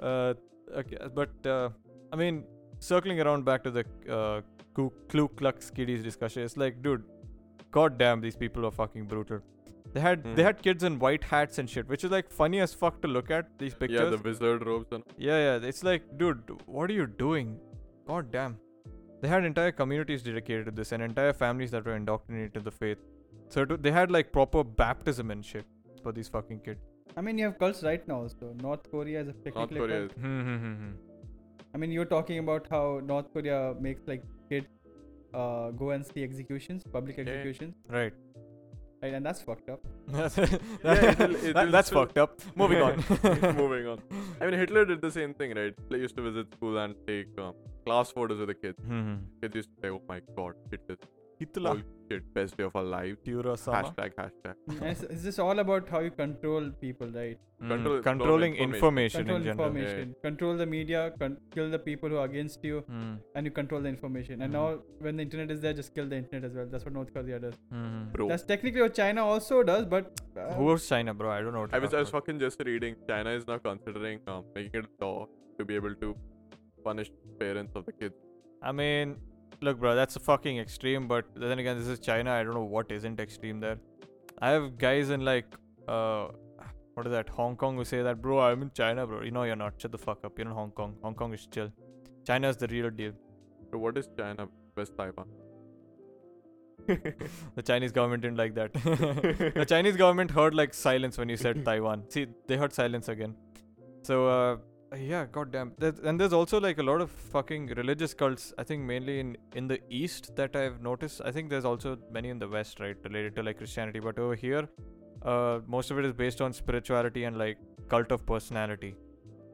Speaker 6: uh, okay, but uh, I mean, circling around back to the uh, Ku Ku Klux Kiddies discussion, it's like, dude, goddamn, these people are fucking brutal. They had they
Speaker 7: Mhm.
Speaker 6: had kids in white hats and shit, which is like funny as fuck to look at these pictures.
Speaker 7: yeah, the wizard robes and
Speaker 6: Yeah, yeah. It's like, dude, what are you doing? God damn. They had entire communities dedicated to this and entire families that were indoctrinated to the faith. So it, w- they had like proper baptism and shit for these fucking kids.
Speaker 8: I mean, you have cults right now. So North Korea is a
Speaker 7: North
Speaker 8: technically.
Speaker 7: Korea.
Speaker 8: cult.
Speaker 7: is-
Speaker 6: Hmm,
Speaker 8: I mean, you were talking about how North Korea makes like kids uh, go and see executions, public
Speaker 7: yeah.
Speaker 8: executions,
Speaker 6: Right.
Speaker 8: right? And that's fucked up.
Speaker 7: it'll-
Speaker 6: That-
Speaker 7: it'll
Speaker 6: that's
Speaker 7: still-
Speaker 6: fucked up. Moving on. Hmm,
Speaker 7: Moving on. I mean, Hitler did the same thing, right? They used to visit school and take um, class photos with the kids.
Speaker 6: hmm.
Speaker 7: Kids used to say, "Oh my God, it is
Speaker 6: Hitler.
Speaker 7: whole shit best day of our lives."
Speaker 6: Kurosama.
Speaker 7: Hashtag hashtag.
Speaker 8: And it's, it's just all about how you control people, right?
Speaker 6: Mm,
Speaker 7: Control- control
Speaker 6: Controlling information,
Speaker 8: Control
Speaker 6: in general.
Speaker 8: information, control the media, con- kill the people who are against you,
Speaker 6: Mm,
Speaker 8: and you control the information. And
Speaker 6: Mm-hmm.
Speaker 8: now, when the internet is there, just kill the internet as well. That's what North Korea does.
Speaker 6: mm.
Speaker 7: Bro,
Speaker 8: That's technically what China also does, but uh,
Speaker 6: Who was China, bro? I don't know. What
Speaker 7: I
Speaker 6: you're
Speaker 7: was I was
Speaker 6: talking
Speaker 7: fucking just reading. China is now considering um, making it law to be able to punish parents of the kids.
Speaker 6: about. I mean, look, bro, that's a fucking extreme. But then again, this is China. I don't know what isn't extreme there. I have guys in like, uh, what is that? Hong Kong who say that, bro. I'm in China, bro. You know you're not. Shut the fuck up. You're in Hong Kong. Hong Kong is chill. China's the real deal.
Speaker 7: So what is China? West Taiwan.
Speaker 6: The Chinese government didn't like that. the Chinese government heard like silence when you said Taiwan. See, they heard silence again. So, uh, yeah, goddamn. There's, and there's also like a lot of fucking religious cults. I think mainly in in the east that I've noticed. I think there's also many in the west, right, related to like Christianity. But over here, uh, most of it is based on spirituality and like cult of personality.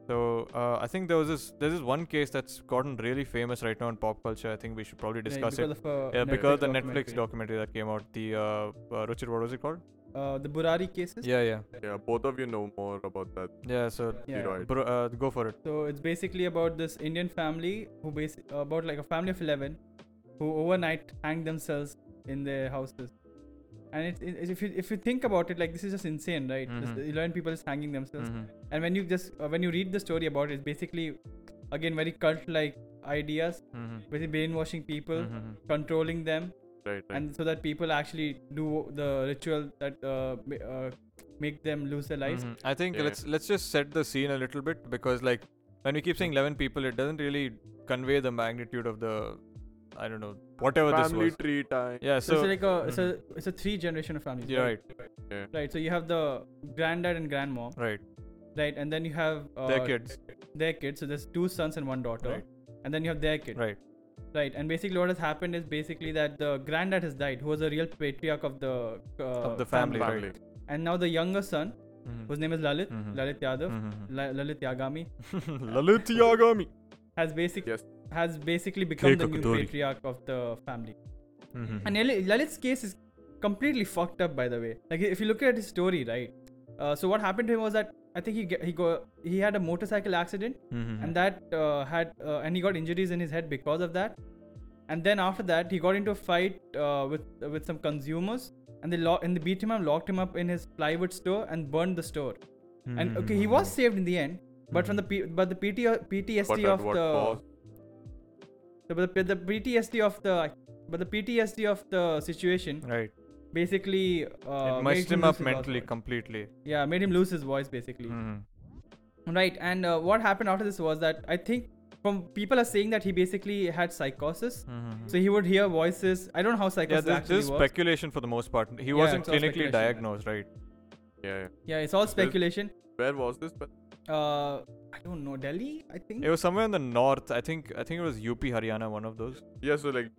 Speaker 6: So uh, I think there was this there's this one case that's gotten really famous right now in pop culture. I think we should probably
Speaker 8: yeah,
Speaker 6: discuss it
Speaker 8: because of, uh,
Speaker 6: yeah, because the Netflix documentary
Speaker 8: documentary.
Speaker 6: that came out, the uh, uh, Richard, what was it called?
Speaker 8: uh, the Burari cases.
Speaker 6: Yeah, yeah,
Speaker 7: Yeah, both of you know more about that
Speaker 6: yeah. So,
Speaker 8: Yeah.
Speaker 7: steroid.
Speaker 6: bro, uh, go for it.
Speaker 8: So it's basically about this Indian family who bas- about like a family of eleven who overnight hang themselves in their houses. And it's, it's if you if you think about it, like this is just insane, right? Just
Speaker 6: Mhm.
Speaker 8: eleven people just hanging themselves.
Speaker 6: Mhm.
Speaker 8: And when you just uh, when you read the story about it, it's basically again very cult like ideas,
Speaker 6: Mhm.
Speaker 8: very brainwashing people,
Speaker 6: Mhm.
Speaker 8: controlling them,
Speaker 7: Right, right.
Speaker 8: and so that people actually do the ritual that uh, ma- uh, make them lose their lives.
Speaker 6: Mhm. I think
Speaker 7: Yeah.
Speaker 6: let's let's just set the scene a little bit because like when we keep saying 11 people, it doesn't really convey the magnitude of the, I don't know, whatever this
Speaker 7: Family
Speaker 6: was.
Speaker 7: tree time.
Speaker 6: Yeah.
Speaker 8: So,
Speaker 6: So,
Speaker 8: it's like a it's a it's a three generation of families.
Speaker 6: yeah, right,
Speaker 8: Right, so you have the granddad and grandma,
Speaker 6: right.
Speaker 8: right, and then you have uh,
Speaker 6: Their kids,
Speaker 8: Their kids. So there's two sons and one daughter,
Speaker 6: Right.
Speaker 8: and then you have their kid,
Speaker 6: right.
Speaker 8: right, And basically, what has happened is basically that the granddad has died, who was a real patriarch of the uh,
Speaker 6: Of the family,
Speaker 7: Family.
Speaker 6: right.
Speaker 8: and now the younger son,
Speaker 6: Mhm.
Speaker 8: whose name is Lalit,
Speaker 6: Mhm.
Speaker 8: Lalit Yadav,
Speaker 6: Mhm.
Speaker 8: La- Lalit Yagami,
Speaker 6: Lalit Yagami.
Speaker 8: has basically
Speaker 7: Yes.
Speaker 8: has basically become the new
Speaker 6: Kekakadori.
Speaker 8: patriarch of the family.
Speaker 6: Mhm.
Speaker 8: And Lali- Lalit's case is completely fucked up, by the way. Like if you look at his story, right? Uh, so what happened to him was that I think he ge- he go he had a motorcycle accident,
Speaker 7: Mm-hmm.
Speaker 6: Mhm.
Speaker 8: and that uh, had uh, and he got injuries in his head because of that. And then after that, he got into a fight uh, with with some consumers, and they lo- and they beat him up, locked him up in his plywood store, and burned the store. And okay, he was saved in the end, but from the P- but the PT- PTSD
Speaker 7: But
Speaker 8: of
Speaker 7: at what
Speaker 8: the
Speaker 7: cost?
Speaker 8: the, but the, the PTSD of the but the PTSD of the situation
Speaker 6: Mm-hmm. Right.
Speaker 8: basically uh,
Speaker 6: it
Speaker 8: made
Speaker 6: messed him
Speaker 8: lose
Speaker 6: up
Speaker 8: his last
Speaker 6: mentally
Speaker 8: voice.
Speaker 6: completely.
Speaker 8: yeah, made him lose his voice basically.
Speaker 6: Mhm.
Speaker 8: Right, and uh, what happened after this was that I think from people are saying that he basically had psychosis. So he would hear voices. I don't know how
Speaker 6: Hmm. Mm-hmm. Yeah,
Speaker 8: psychosis
Speaker 6: this,
Speaker 8: actually
Speaker 6: this is
Speaker 8: works.
Speaker 6: speculation for the most part. He
Speaker 8: Yeah,
Speaker 6: wasn't
Speaker 8: it's all
Speaker 6: clinically
Speaker 8: speculation, right.
Speaker 6: diagnosed, right?
Speaker 7: Yeah, yeah.
Speaker 8: yeah, it's all speculation.
Speaker 7: Where was this? But
Speaker 8: Uh, I don't know Delhi. I think.
Speaker 6: It was somewhere in the north. I think I think it was UP, Haryana, one of those.
Speaker 7: yeah, so like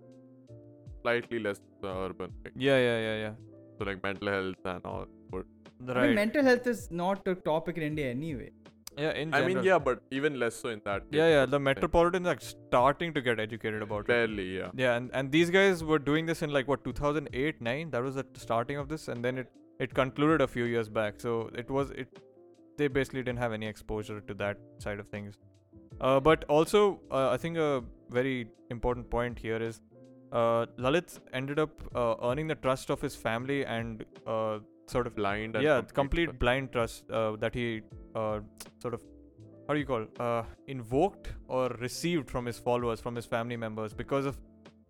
Speaker 7: slightly less uh, urban. Like,
Speaker 6: Yeah, yeah, yeah, yeah.
Speaker 7: so like mental health and all. But
Speaker 6: Right.
Speaker 8: I mean, mental health is not a topic in India anyway.
Speaker 6: yeah, in
Speaker 7: I
Speaker 6: general.
Speaker 7: mean, yeah, but even less so in that. case.
Speaker 6: yeah, yeah. The metropolitans are starting to get educated about it.
Speaker 7: Barely, yeah.
Speaker 6: Yeah, and, and these guys were doing this in like what 2008, 9. That was the starting of this, and then it it concluded a few years back. So it was it they basically didn't have any exposure to that side of things. Uh, but also, uh, I think a very important point here is uh, Lalit ended up uh, earning the trust of his family and uh, sort of
Speaker 7: Blind and
Speaker 6: yeah,
Speaker 7: complete
Speaker 6: complete blind trust uh, that he uh, sort of how do you call uh, invoked or received from his followers, from his family members, because of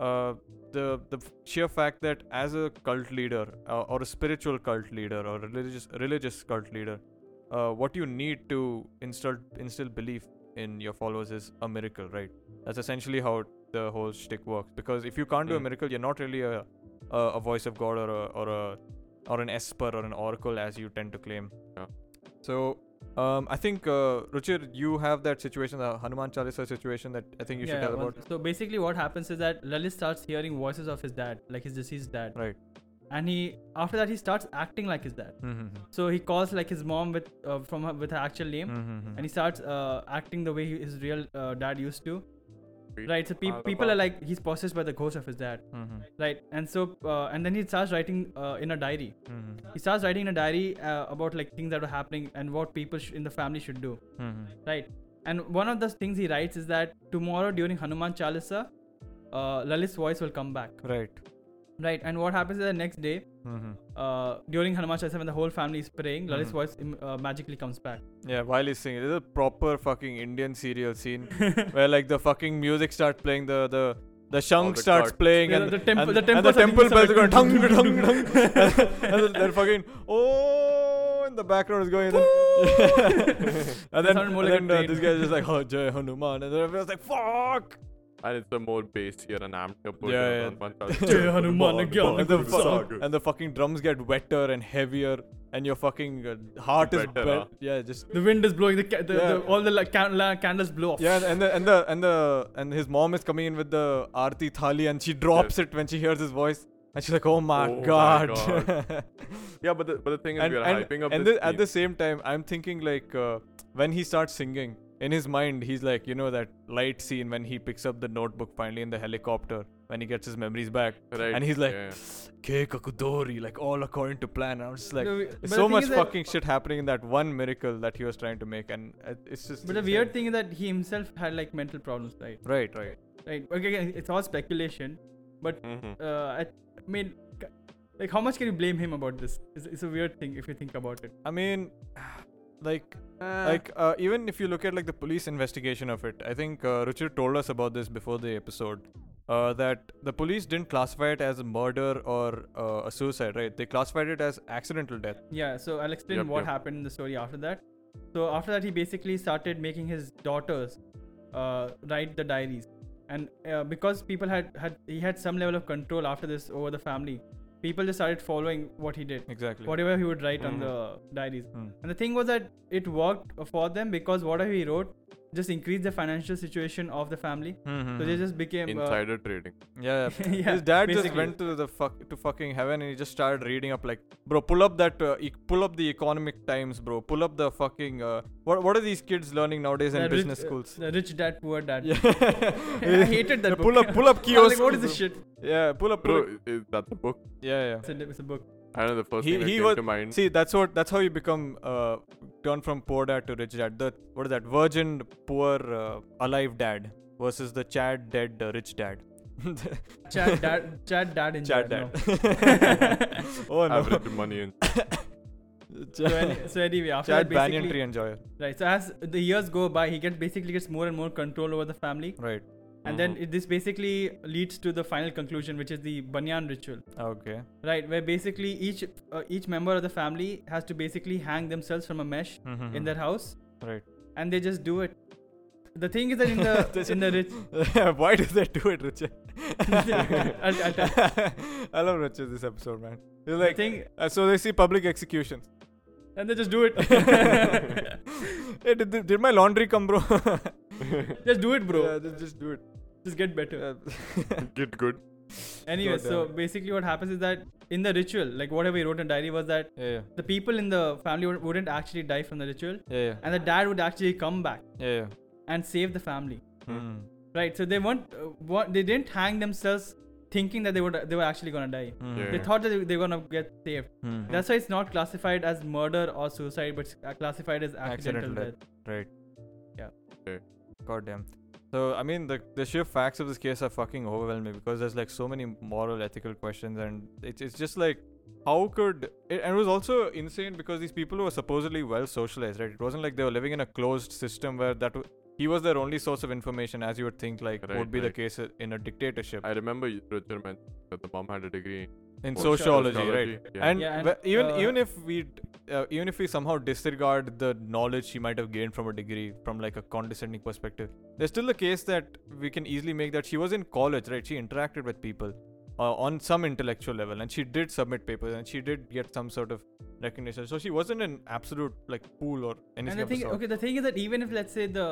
Speaker 6: uh, the the f- sheer fact that as a cult leader uh, or a spiritual cult leader or religious religious cult leader, uh, what you need to instill instill belief in your followers is a miracle, right? That's essentially how the whole shtick works. Because if you can't do a
Speaker 7: Mm.
Speaker 6: miracle, you're not really a a, a voice of God or a, or a or an esper or an oracle as you tend to claim.
Speaker 7: Yeah.
Speaker 6: So um, I think uh, Ruchir, you have that situation, the Hanuman Chalisa situation that I think you should
Speaker 8: Yeah,
Speaker 6: tell
Speaker 8: well,
Speaker 6: about.
Speaker 8: So basically, what happens is that Lalit starts hearing voices of his dad, like his deceased dad,
Speaker 6: Right.
Speaker 8: and he after that he starts acting like his dad.
Speaker 6: Mm-hmm.
Speaker 8: So he calls like his mom with uh, from her, with her actual name,
Speaker 6: Mm-hmm.
Speaker 8: and he starts uh, acting the way he, his real uh, dad used to.
Speaker 7: Wait,
Speaker 8: Right. So pe-
Speaker 7: what
Speaker 8: people are
Speaker 7: about-
Speaker 8: like he's possessed by the ghost of his dad.
Speaker 6: Mm-hmm.
Speaker 8: Right. And so uh, and then he starts writing uh, in a diary.
Speaker 6: Mm-hmm.
Speaker 8: He starts writing in a diary uh, about like things that are happening and what people sh- in the family should do.
Speaker 6: Mm-hmm.
Speaker 8: Right. And one of the things he writes is that tomorrow during Hanuman Chalisa, uh, Lalit's voice will come back.
Speaker 6: Right.
Speaker 8: Right. And what happens is the next day,
Speaker 6: Mm-hmm.
Speaker 8: uh, during Hanuman Chalisa, when the whole family is praying, Lalit's
Speaker 6: Mhm.
Speaker 8: voice im- uh, magically comes back.
Speaker 6: Yeah, while he's singing, this is a proper fucking Indian serial scene where like the fucking music starts playing, the the the shang
Speaker 7: Oh, the
Speaker 6: starts
Speaker 7: god-
Speaker 6: playing,
Speaker 8: The-
Speaker 6: and
Speaker 8: the temple-
Speaker 6: and,
Speaker 8: the
Speaker 6: and the
Speaker 8: temples
Speaker 6: temple
Speaker 8: are being
Speaker 6: bells are going dung
Speaker 8: started-
Speaker 6: dung dung, and then they're fucking oh, in the background is going. And then, and then,
Speaker 8: sounded more
Speaker 6: and then uh,
Speaker 8: like a
Speaker 6: this
Speaker 8: train.
Speaker 6: guy's just like oh Jai Hanuman, and then everyone's like fuck.
Speaker 7: And it's a more bass here and amped up. version
Speaker 6: Yeah,
Speaker 7: of
Speaker 6: yeah.
Speaker 7: Hanuman Chalisa.
Speaker 8: Jai Hanuman Gyan
Speaker 6: and, the fu-
Speaker 7: Saga.
Speaker 6: and the fucking drums get wetter and heavier, and your fucking uh, heart is
Speaker 7: Better,
Speaker 6: be-
Speaker 7: huh?
Speaker 6: yeah, just
Speaker 8: The wind is blowing, the, ca- the,
Speaker 6: Yeah.
Speaker 8: the all the like, can- la- candles blow off.
Speaker 6: Yeah, and- and the and the and the and his mom is coming in with the Aarti thali, and she drops it when she hears his voice, and she's like, "Oh my
Speaker 7: Oh my
Speaker 6: god!"
Speaker 7: God. Yeah, but the, but the thing is,
Speaker 6: and
Speaker 7: we are
Speaker 6: and,
Speaker 7: hyping up
Speaker 6: and
Speaker 7: this
Speaker 6: the- at
Speaker 7: scene.
Speaker 6: the same time, I'm thinking like uh, when he starts singing in his mind, he's like, you know, that light scene when he picks up the notebook finally in the helicopter, when he gets his memories back.
Speaker 7: Right.
Speaker 6: And he's like,
Speaker 7: yeah.
Speaker 6: "Ke kakudori," like all according to plan. And I was just like,
Speaker 8: No, we- but
Speaker 6: there's
Speaker 8: the
Speaker 6: so
Speaker 8: thing
Speaker 6: much
Speaker 8: is that-
Speaker 6: fucking shit happening in that one miracle that he was trying to make, and uh, it's just.
Speaker 8: But the
Speaker 6: insane.
Speaker 8: weird thing is that he himself had like mental problems, right?
Speaker 6: Right, right.
Speaker 8: Right. Okay, again, it's all speculation.
Speaker 6: "Mm-hmm."
Speaker 7: Mhm.
Speaker 8: Uh, I, I mean, c- like, how much can you blame him about this? It's, it's a weird thing if you think about it.
Speaker 6: I mean, like, like uh, even if you look at like the police investigation of it, I think uh, Richard told us about this before the episode. Uh, that the police didn't classify it as a murder or uh, a suicide, right? They classified it as accidental death.
Speaker 8: Yeah. So I'll explain
Speaker 7: Yep,
Speaker 8: what
Speaker 7: yep.
Speaker 8: happened in the story after that. So after that, he basically started making his daughters uh, write the diaries, and uh, because people had had he had some level of control after this over the family, people just started following what he did.
Speaker 6: Exactly.
Speaker 8: whatever he would write on the diaries.
Speaker 6: Mm.
Speaker 8: And the thing was that it worked for them because whatever he wrote just increased the financial situation of the family.
Speaker 6: Mhm,
Speaker 8: So they
Speaker 6: mhm.
Speaker 8: just became uh,
Speaker 7: Insider trading.
Speaker 6: Yeah, yeah.
Speaker 8: Yeah,
Speaker 6: his dad just
Speaker 8: basically.
Speaker 6: went to the fuck to fucking heaven and he just started reading up like, bro, pull up that, uh, e- pull up the economic times, bro, pull up the fucking, uh, what what are these kids learning nowadays in
Speaker 8: the
Speaker 6: business
Speaker 8: rich, uh,
Speaker 6: schools?
Speaker 8: the rich dad, poor dad.
Speaker 6: Yeah,
Speaker 8: I hated that
Speaker 6: Pull
Speaker 8: book.
Speaker 6: up, pull up
Speaker 8: I was
Speaker 6: kiosk.
Speaker 8: like, what is this shit?
Speaker 6: Yeah, pull up, pull up.
Speaker 7: Bro, is that the book?
Speaker 6: Yeah, yeah.
Speaker 8: It's a, it's a book.
Speaker 7: I don't know. The first
Speaker 6: He-
Speaker 7: thing that
Speaker 6: he
Speaker 7: came
Speaker 6: was-
Speaker 7: to mind.
Speaker 6: See, that's what that's how you become uh, turn from poor dad to rich dad. The what is that? Virgin poor uh, alive dad versus the Chad dead uh, rich dad.
Speaker 8: Chad dad, Chad dad in
Speaker 6: Chad
Speaker 8: jail,
Speaker 6: dad.
Speaker 8: no.
Speaker 6: oh no.
Speaker 7: average money and
Speaker 8: So, any- so anyway, after
Speaker 6: Chad
Speaker 8: that
Speaker 6: Banyan
Speaker 8: basically,
Speaker 6: tree enjoyer.
Speaker 8: right. So as the years go by, he gets basically gets more and more control over the family,
Speaker 6: Right.
Speaker 8: and then
Speaker 6: Uh-huh.
Speaker 8: it, this basically leads to the final conclusion, which is the banyan ritual.
Speaker 6: Okay.
Speaker 8: Right, where basically each uh, each member of the family has to basically hang themselves from a mesh
Speaker 6: Mhm,
Speaker 8: in
Speaker 6: mhm.
Speaker 8: their house,
Speaker 6: Right.
Speaker 8: and they just do it. The thing is that in the in the rich,
Speaker 6: Why do they do it, Richard?
Speaker 8: I'll- I'll
Speaker 6: I love Richard this episode, man. He's like,
Speaker 8: thing-
Speaker 6: uh, so they see public executions.
Speaker 8: and they just do it.
Speaker 6: Hey, did, did my laundry come, bro?
Speaker 8: just do it, bro.
Speaker 6: Yeah, just, just do it.
Speaker 8: Just get better.
Speaker 6: Yeah.
Speaker 7: get good.
Speaker 8: anyway,
Speaker 6: God damn
Speaker 8: so
Speaker 6: it.
Speaker 8: basically what happens is that in the ritual, like whatever he wrote in diary was that
Speaker 6: yeah, yeah,
Speaker 8: the people in the family would- wouldn't actually die from the ritual,
Speaker 6: yeah,
Speaker 8: and the dad would actually come back
Speaker 6: yeah, yeah.
Speaker 8: and save the family.
Speaker 6: Hmm.
Speaker 8: Right, so they weren't uh, wa- they didn't hang themselves thinking that they would they were actually gonna die.
Speaker 7: Yeah.
Speaker 8: They thought that they, they were gonna get saved.
Speaker 6: Hmm.
Speaker 8: That's why it's not classified as murder or suicide, but it's uh, classified as accidental,
Speaker 6: Accidental
Speaker 8: death.
Speaker 6: death. Right.
Speaker 8: Yeah.
Speaker 7: Okay.
Speaker 6: God damn. So I mean, the the sheer facts of this case are fucking overwhelming because there's like so many moral, ethical questions, and it's it's just like how could it, and it was also insane because these people were supposedly well socialized, right? It wasn't like they were living in a closed system where that w- he was their only source of information, as you would think like
Speaker 7: Right,
Speaker 6: would be the
Speaker 7: right.
Speaker 6: case i- in a dictatorship
Speaker 7: I remember you- Richard mentioned that the mom had a degree. in
Speaker 6: in
Speaker 7: social-
Speaker 6: sociology, right?
Speaker 7: sociology, yeah.
Speaker 6: And,
Speaker 8: Yeah, and,
Speaker 6: but even
Speaker 8: uh,
Speaker 6: even if we d- uh, even if we somehow disregard the knowledge she might have gained from a degree from like a condescending perspective, there's still the case that we can easily make that she was in college, right? She interacted with people uh, on some intellectual level, and she did submit papers, and she did get some sort of recognition. So she wasn't an absolute like fool or anything.
Speaker 8: And the
Speaker 6: of the
Speaker 8: thing,
Speaker 6: sort.
Speaker 8: okay, the thing is that even if let's say the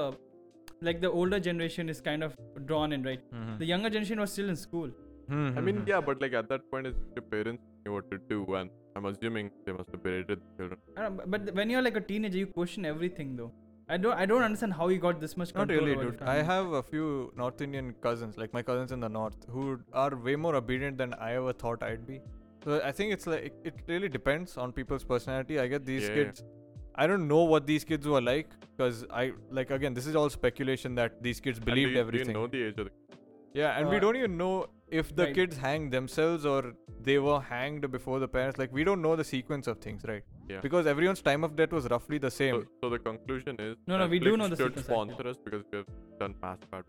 Speaker 8: like the older generation is kind of drawn in, right?
Speaker 6: Mm-hmm.
Speaker 8: The younger generation was still in school.
Speaker 6: Mhm,
Speaker 7: I mean,
Speaker 6: mhm.
Speaker 7: yeah, but like at that point, it's your parents knew what to do, and I'm assuming they must have berated the children.
Speaker 8: I don't, but th- when you're like a teenager, you question everything, though. I don't, I don't understand how you got this much
Speaker 6: Not
Speaker 8: control
Speaker 6: really,
Speaker 8: over the
Speaker 6: dude. I
Speaker 8: family.
Speaker 6: have a few North Indian cousins, like my cousins in the north, who are way more obedient than I ever thought I'd be. So I think it's like it, it really depends on people's personality. I get these
Speaker 7: Yeah, yeah.
Speaker 6: kids. I don't know what these kids were like because I like again this is all speculation that these kids
Speaker 7: And
Speaker 6: believed
Speaker 7: do you,
Speaker 6: everything.
Speaker 7: Do you know the age of the
Speaker 6: yeah, and we
Speaker 8: Uh,
Speaker 6: don't even know if the
Speaker 8: right.
Speaker 6: kids hanged themselves or they were hanged before the parents. Like we don't know the sequence of things, right?
Speaker 7: Yeah.
Speaker 6: Because everyone's time of death was roughly the same.
Speaker 7: so, so the conclusion is
Speaker 8: No, no, we do
Speaker 7: Netflix
Speaker 8: know the
Speaker 7: should
Speaker 8: sequence, actually.
Speaker 7: sponsor us because we have done mass bad.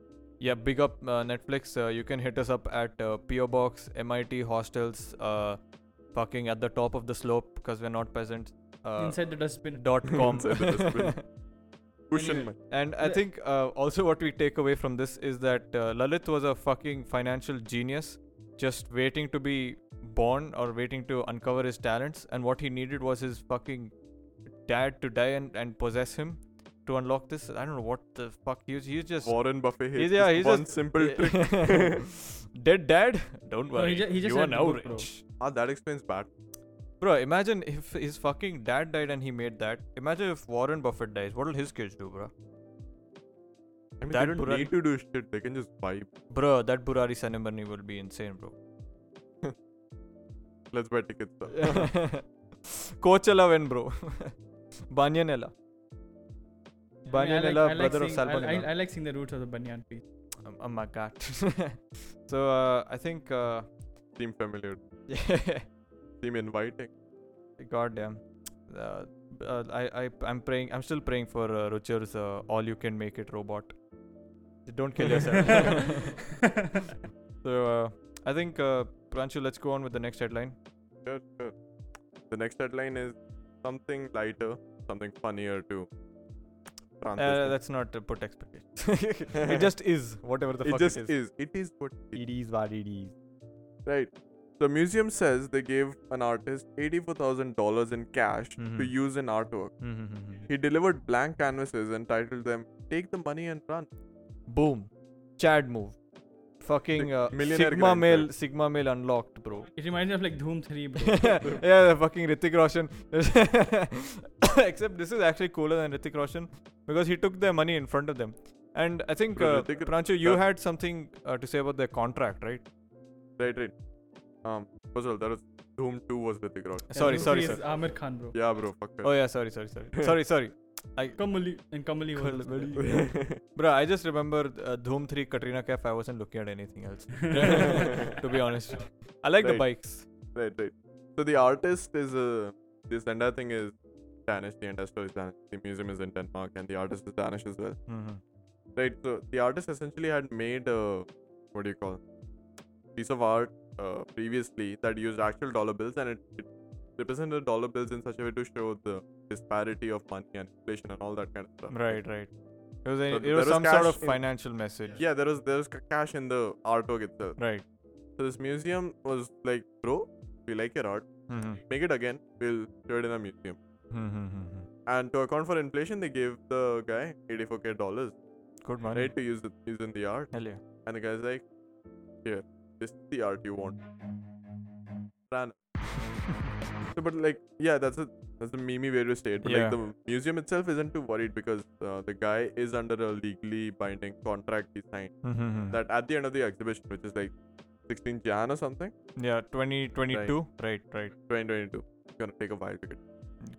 Speaker 6: Yeah, big up uh, Netflix. Uh, you can hit us up at uh, PO Box, MIT hostels, uh, fucking at the top of the slope because we're not peasants. Uh,
Speaker 8: inside the dustbin.
Speaker 6: dot com.
Speaker 7: Inside the dustbin. Cushion
Speaker 8: Anyway.
Speaker 6: and I
Speaker 8: The-
Speaker 6: think uh, also what we take away from this is that uh, Lalit was a fucking financial genius, just waiting to be born or waiting to uncover his talents. And what he needed was his fucking dad to die and, and possess him to unlock this. I don't know what the fuck he was. He was just
Speaker 7: Warren Buffet hates
Speaker 6: He's, yeah,
Speaker 7: this
Speaker 6: he's
Speaker 7: one
Speaker 6: just,
Speaker 7: simple trick.
Speaker 6: Dead dad? Don't
Speaker 8: No,
Speaker 6: worry.
Speaker 8: he ju- he just
Speaker 6: you are
Speaker 8: had the
Speaker 6: now
Speaker 8: book, bro.
Speaker 6: rich.
Speaker 7: Ah, that explains bad.
Speaker 6: Bro, imagine if his fucking dad died and he made that. Imagine if Warren Buffett dies. What'll his kids do, bro?
Speaker 7: I mean,
Speaker 6: That
Speaker 7: they don't
Speaker 6: Buran-
Speaker 7: need to do shit. They can just vibe.
Speaker 6: Bro, that Burari ceremony will be insane, bro.
Speaker 7: Let's buy tickets. though.
Speaker 6: Coachella win, bro. Banyanella.
Speaker 8: I mean, I like-
Speaker 6: Banyanella,
Speaker 8: I like
Speaker 6: brother
Speaker 8: seeing-
Speaker 6: of
Speaker 8: I-
Speaker 6: Salmonella.
Speaker 8: I, I like seeing the roots of the banyan tree.
Speaker 6: Um, oh my god. so uh, I think, uh,
Speaker 7: Seem familiar.
Speaker 6: yeah,
Speaker 7: Seem inviting.
Speaker 6: goddamn. Uh, uh, I I I'm praying. I'm still praying for uh, Rucher's uh, all you can make it robot. Don't kill yourself. so uh, I think, uh, Pranchu, let's go on with the next headline.
Speaker 7: Sure, sure. The next headline is something lighter, something funnier too.
Speaker 6: Uh, that's not uh, put expectations. it just is whatever the
Speaker 7: it
Speaker 6: fuck
Speaker 7: just
Speaker 6: it is.
Speaker 7: is. It is what it
Speaker 6: It is what it is.
Speaker 7: Right. The museum says they gave an artist $84,000 in cash to
Speaker 6: Mhm.
Speaker 7: use in artwork.
Speaker 6: Mhm.
Speaker 7: He delivered blank canvases and titled them, Take the Money and Run.
Speaker 6: Boom. Chad move. Fucking uh,
Speaker 7: millionaire
Speaker 6: Sigma
Speaker 7: grinder.
Speaker 6: male Sigma male unlocked, bro.
Speaker 8: It reminds me of like Doom 3, bro.
Speaker 6: yeah, the fucking Ritik Roshan. Except this is actually cooler than Ritik Roshan because he took their money in front of them. And I think,
Speaker 7: Bro,
Speaker 6: uh,
Speaker 7: Hrithik-
Speaker 6: Pranchu, you
Speaker 7: that-
Speaker 6: had something uh, to say about their contract, right?
Speaker 7: Right, right. Um, first of all, that was Doom 2 was Hrithik Roshan.
Speaker 6: sorry,
Speaker 8: Doom
Speaker 6: sorry,
Speaker 8: 3 is
Speaker 6: sorry.
Speaker 8: Amir Khan, bro.
Speaker 7: Yeah, bro, fuck
Speaker 6: Oh yeah, sorry, sorry, sorry, sorry, sorry. I,
Speaker 8: Kamali and Kamali was also there.
Speaker 6: Bro, I just remember uh, Dhoom 3 Katrina Kaif. I wasn't looking at anything else. to be honest, I like the
Speaker 7: Right.
Speaker 6: bikes.
Speaker 7: right, right. So the artist is uh, this entire thing is Danish. The entire story is Danish. The museum is in Denmark, and the artist is Danish as well.
Speaker 6: Mm-hmm.
Speaker 7: Right. So the artist essentially had made a what do you call piece of art uh, previously that used actual dollar bills, and it, it represented dollar bills in such a way to show the disparity of money and inflation and all that kind of stuff.
Speaker 6: Right, right. It was, a,
Speaker 7: So
Speaker 6: it was
Speaker 7: there was
Speaker 6: some sort
Speaker 7: cash
Speaker 6: of
Speaker 7: in-
Speaker 6: financial message.
Speaker 7: Yeah, there was there was ca- cash in the artwork itself.
Speaker 6: Right.
Speaker 7: So this museum was like, bro, we like your art. Make it again. We'll show it in a museum.
Speaker 6: Mm-hmm.
Speaker 7: And to account for inflation, they gave the guy 84k dollars,
Speaker 6: Good money.
Speaker 7: right, to use it use in the art.
Speaker 6: Hell yeah.
Speaker 7: And the guy's like, "Here, this is the art you want." Ran. so, but like, yeah, that's a that's the meme way to say it. But
Speaker 6: Yeah.
Speaker 7: like, the museum itself isn't too worried because uh, the guy is under a legally binding contract he signed
Speaker 6: Mm-hmm.
Speaker 7: that at the end of the exhibition, which is like 16 Jan or something,
Speaker 6: yeah, 2022. Right, right.
Speaker 7: 2022. It's gonna take a while to get.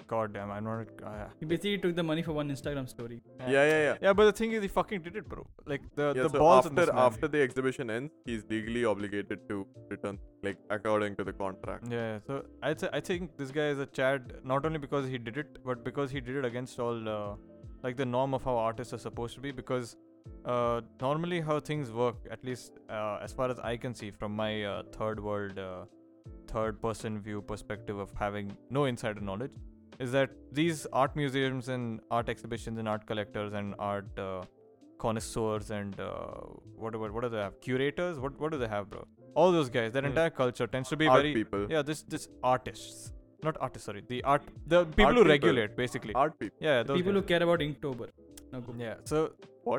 Speaker 6: God damn, I'm not. Uh,
Speaker 8: He basically took the money for one Instagram story.
Speaker 7: Yeah, yeah, yeah.
Speaker 6: yeah, but the thing is, he fucking did it, bro. Like the
Speaker 7: yeah,
Speaker 6: the
Speaker 7: so
Speaker 6: balls in
Speaker 7: after
Speaker 6: this man.
Speaker 7: after the exhibition ends, he's legally obligated to return, like according to the contract.
Speaker 6: Yeah, so I th- I think this guy is a Chad not only because he did it, but because he did it against all uh, like the norm of how artists are supposed to be. Because uh, normally how things work, at least uh, as far as I can see from my uh, third world, uh, third person view perspective of having no insider knowledge, is that these art museums and art exhibitions and art collectors and art uh, connoisseurs and uh, what, what what do they have? Curators? What what do they have, bro? All those guys, their entire culture tends to Mm, be
Speaker 7: Hmm. Art
Speaker 6: very
Speaker 7: people.
Speaker 6: yeah, this this artists, not artists. Sorry, the art the people who
Speaker 7: people.
Speaker 6: regulate basically.
Speaker 7: Art people.
Speaker 6: yeah, yeah, those
Speaker 8: People who
Speaker 6: guys.
Speaker 8: care about Inktober. Now go.
Speaker 6: yeah. So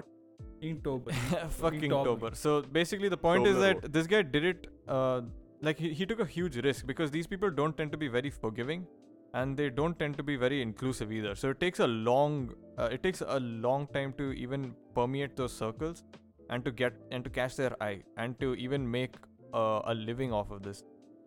Speaker 8: Inktober.
Speaker 6: fucking
Speaker 8: Tober.
Speaker 6: Tober. So basically, the point is
Speaker 7: Tober.
Speaker 6: that this guy did it. Uh, like he, he took a huge risk because these people don't tend to be very forgiving, and they don't tend to be very inclusive either. So it takes a long uh, it takes a long time to even permeate those circles, and to get and to catch their eye and to even make uh, a living off of this.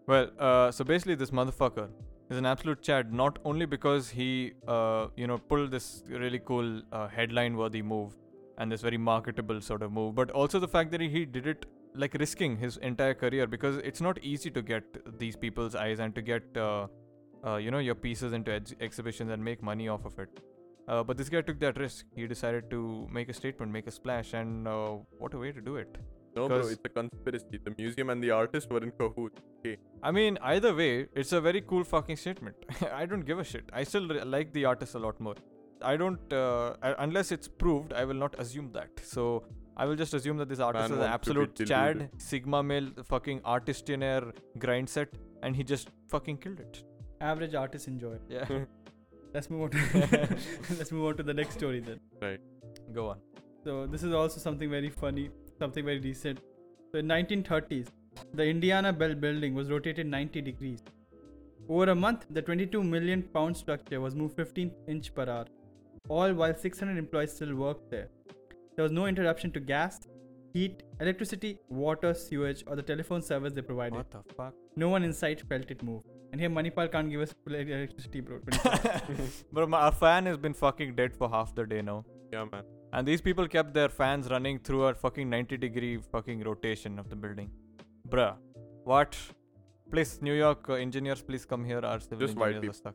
Speaker 6: Well, uh, so basically, this motherfucker is an absolute Chad, not only because he, uh, you know, pulled this really cool uh, headline-worthy move and this very marketable sort of move, but also the fact that he- he did it like risking his entire career because it's not easy to get these people's eyes and to get, uh, uh, you know, your pieces into ex- exhibitions and make money off of it. Uh, but this guy took that risk. He decided to make a statement, make a splash, and uh, what a way to do it.
Speaker 7: No, bro,
Speaker 6: Because-
Speaker 7: it's a conspiracy. The museum and the artist were in cahoots. Okay.
Speaker 6: I mean, either way, it's a very cool fucking statement. I don't give a shit. I still re- like the artist a lot more. I don't, uh, I, unless it's proved, I will not assume that. So I will just assume that this artist
Speaker 7: Man
Speaker 6: is an
Speaker 7: wants to be
Speaker 6: absolute Chad,
Speaker 7: deluded.
Speaker 6: Sigma male, fucking artistianaire grind set, and he just fucking killed it.
Speaker 8: Average artists enjoy.
Speaker 6: Yeah.
Speaker 8: Let's move on. To Let's move on to the next story then.
Speaker 6: Go on.
Speaker 8: So this is also something very funny, something very recent. So in 1930s, the Indiana Bell Building was rotated 90 degrees. Over a month, the 22 million pound structure was moved 15 inch per hour, all while 600 employees still worked there. There was no interruption to gas, heat, electricity, water, sewage, or the telephone service they provided.
Speaker 6: What the fuck?
Speaker 8: No one in sight felt it move. And here Manipal can't give us pl- electricity, bro.
Speaker 6: Bro, my, our fan has been fucking dead for half the day now.
Speaker 7: Yeah, man.
Speaker 6: And these people kept their fans running through a fucking 90 degree fucking rotation of the building. Bruh. What? Please, New York uh, engineers, please come here. Our civil
Speaker 7: Just white
Speaker 6: engineers are stuck.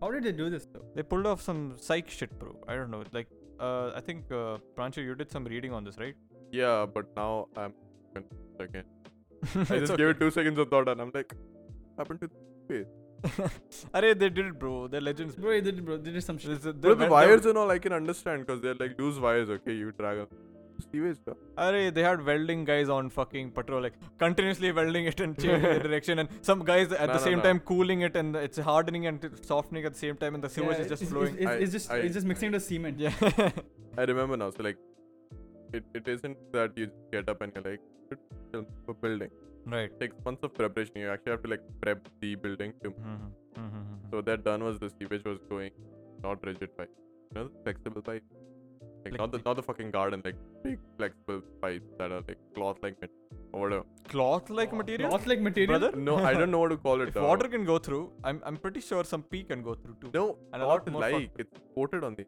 Speaker 8: How did they do this though?
Speaker 6: They pulled off some psych shit, bro. I don't know. Like, uh, I think, uh, Pranchu, you did some reading on this, right?
Speaker 7: Yeah, but now I'm confused again. I
Speaker 6: It's
Speaker 7: just
Speaker 6: okay.
Speaker 7: gave it two seconds of thought and I'm like, happened to
Speaker 6: Arey, they did it, bro. They're legends.
Speaker 8: Bro, they did, bro, they did some shit.
Speaker 6: This- they
Speaker 7: Bro, the
Speaker 6: went
Speaker 7: wires
Speaker 6: down-
Speaker 7: and all I can understand because they're like loose wires, okay? You drag them. Sewage, bro.
Speaker 6: Arey, they had welding guys on fucking patrol, like continuously welding it and changing the direction, and some guys at
Speaker 7: No,
Speaker 6: the
Speaker 7: no,
Speaker 6: same
Speaker 7: no.
Speaker 6: time cooling it, and it's hardening and it's softening at the same time, and the sewage is just
Speaker 8: it's,
Speaker 6: flowing.
Speaker 8: It's, it's,
Speaker 7: I-
Speaker 8: it's just,
Speaker 7: I-
Speaker 8: it's just mixing into cement.
Speaker 6: yeah.
Speaker 7: I remember now. So, like, it, it isn't that you get up and you're like, "Should film a building.
Speaker 6: right.
Speaker 7: Six months of preparation. You actually have to, like, prep the building. To,
Speaker 6: Mm-hmm. Mm-hmm.
Speaker 7: so, that done was the sewage was going not rigid pipe. You know, the flexible pipe. Like, not the,
Speaker 6: Flexi-
Speaker 7: not the fucking garden, like, big flexible pipes that are, like, cloth like or whatever.
Speaker 6: Cloth like material?
Speaker 8: Not like material.
Speaker 6: Brother?
Speaker 7: No, I don't know what to call it.
Speaker 6: If
Speaker 7: though.
Speaker 6: water can go through, I'm, I'm pretty sure some pee can go through too.
Speaker 7: No,
Speaker 6: And a lot
Speaker 7: not
Speaker 6: more fuck-
Speaker 7: like. It's coated on the.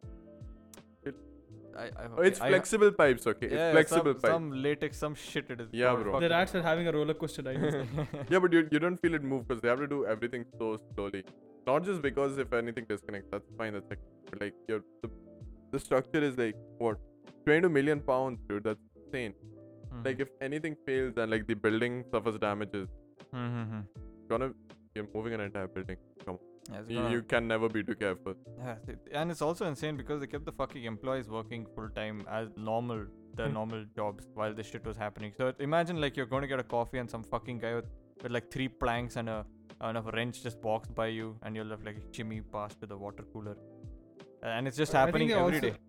Speaker 6: I, I,
Speaker 7: Oh, it's
Speaker 6: okay, I-
Speaker 7: flexible pipes, okay?
Speaker 6: yeah,
Speaker 7: it's flexible
Speaker 6: some,
Speaker 7: pipe.
Speaker 6: some latex, some shit it is.
Speaker 7: Yeah,
Speaker 6: God,
Speaker 7: bro.
Speaker 6: fuck
Speaker 8: The
Speaker 6: it.
Speaker 8: rats are having a roller coaster ride. It's like-
Speaker 7: Yeah, but you, you don't feel it move because they have to do everything so slowly. Not just because if anything disconnects, that's fine. That's like, but like your the, the structure is like what 22 million pounds, dude. That's insane.
Speaker 6: Mhm.
Speaker 7: Like if anything fails and like the building suffers damages,
Speaker 6: Mm-hmm.
Speaker 7: gonna you're moving an entire building. Come on.
Speaker 6: Yeah, it's
Speaker 7: You,
Speaker 6: gonna-
Speaker 7: you can never be too careful.
Speaker 6: Yeah, th- and it's also insane because they kept the fucking employees working full time as normal, their
Speaker 7: Hmm.
Speaker 6: normal jobs while this shit was happening. So imagine like you're going to get a coffee and some fucking guy with, with like three planks and a and a wrench just walks by you and you're left like a chimney passed to the water cooler, and it's just
Speaker 8: I think
Speaker 6: happening
Speaker 8: they
Speaker 6: every day.
Speaker 8: also-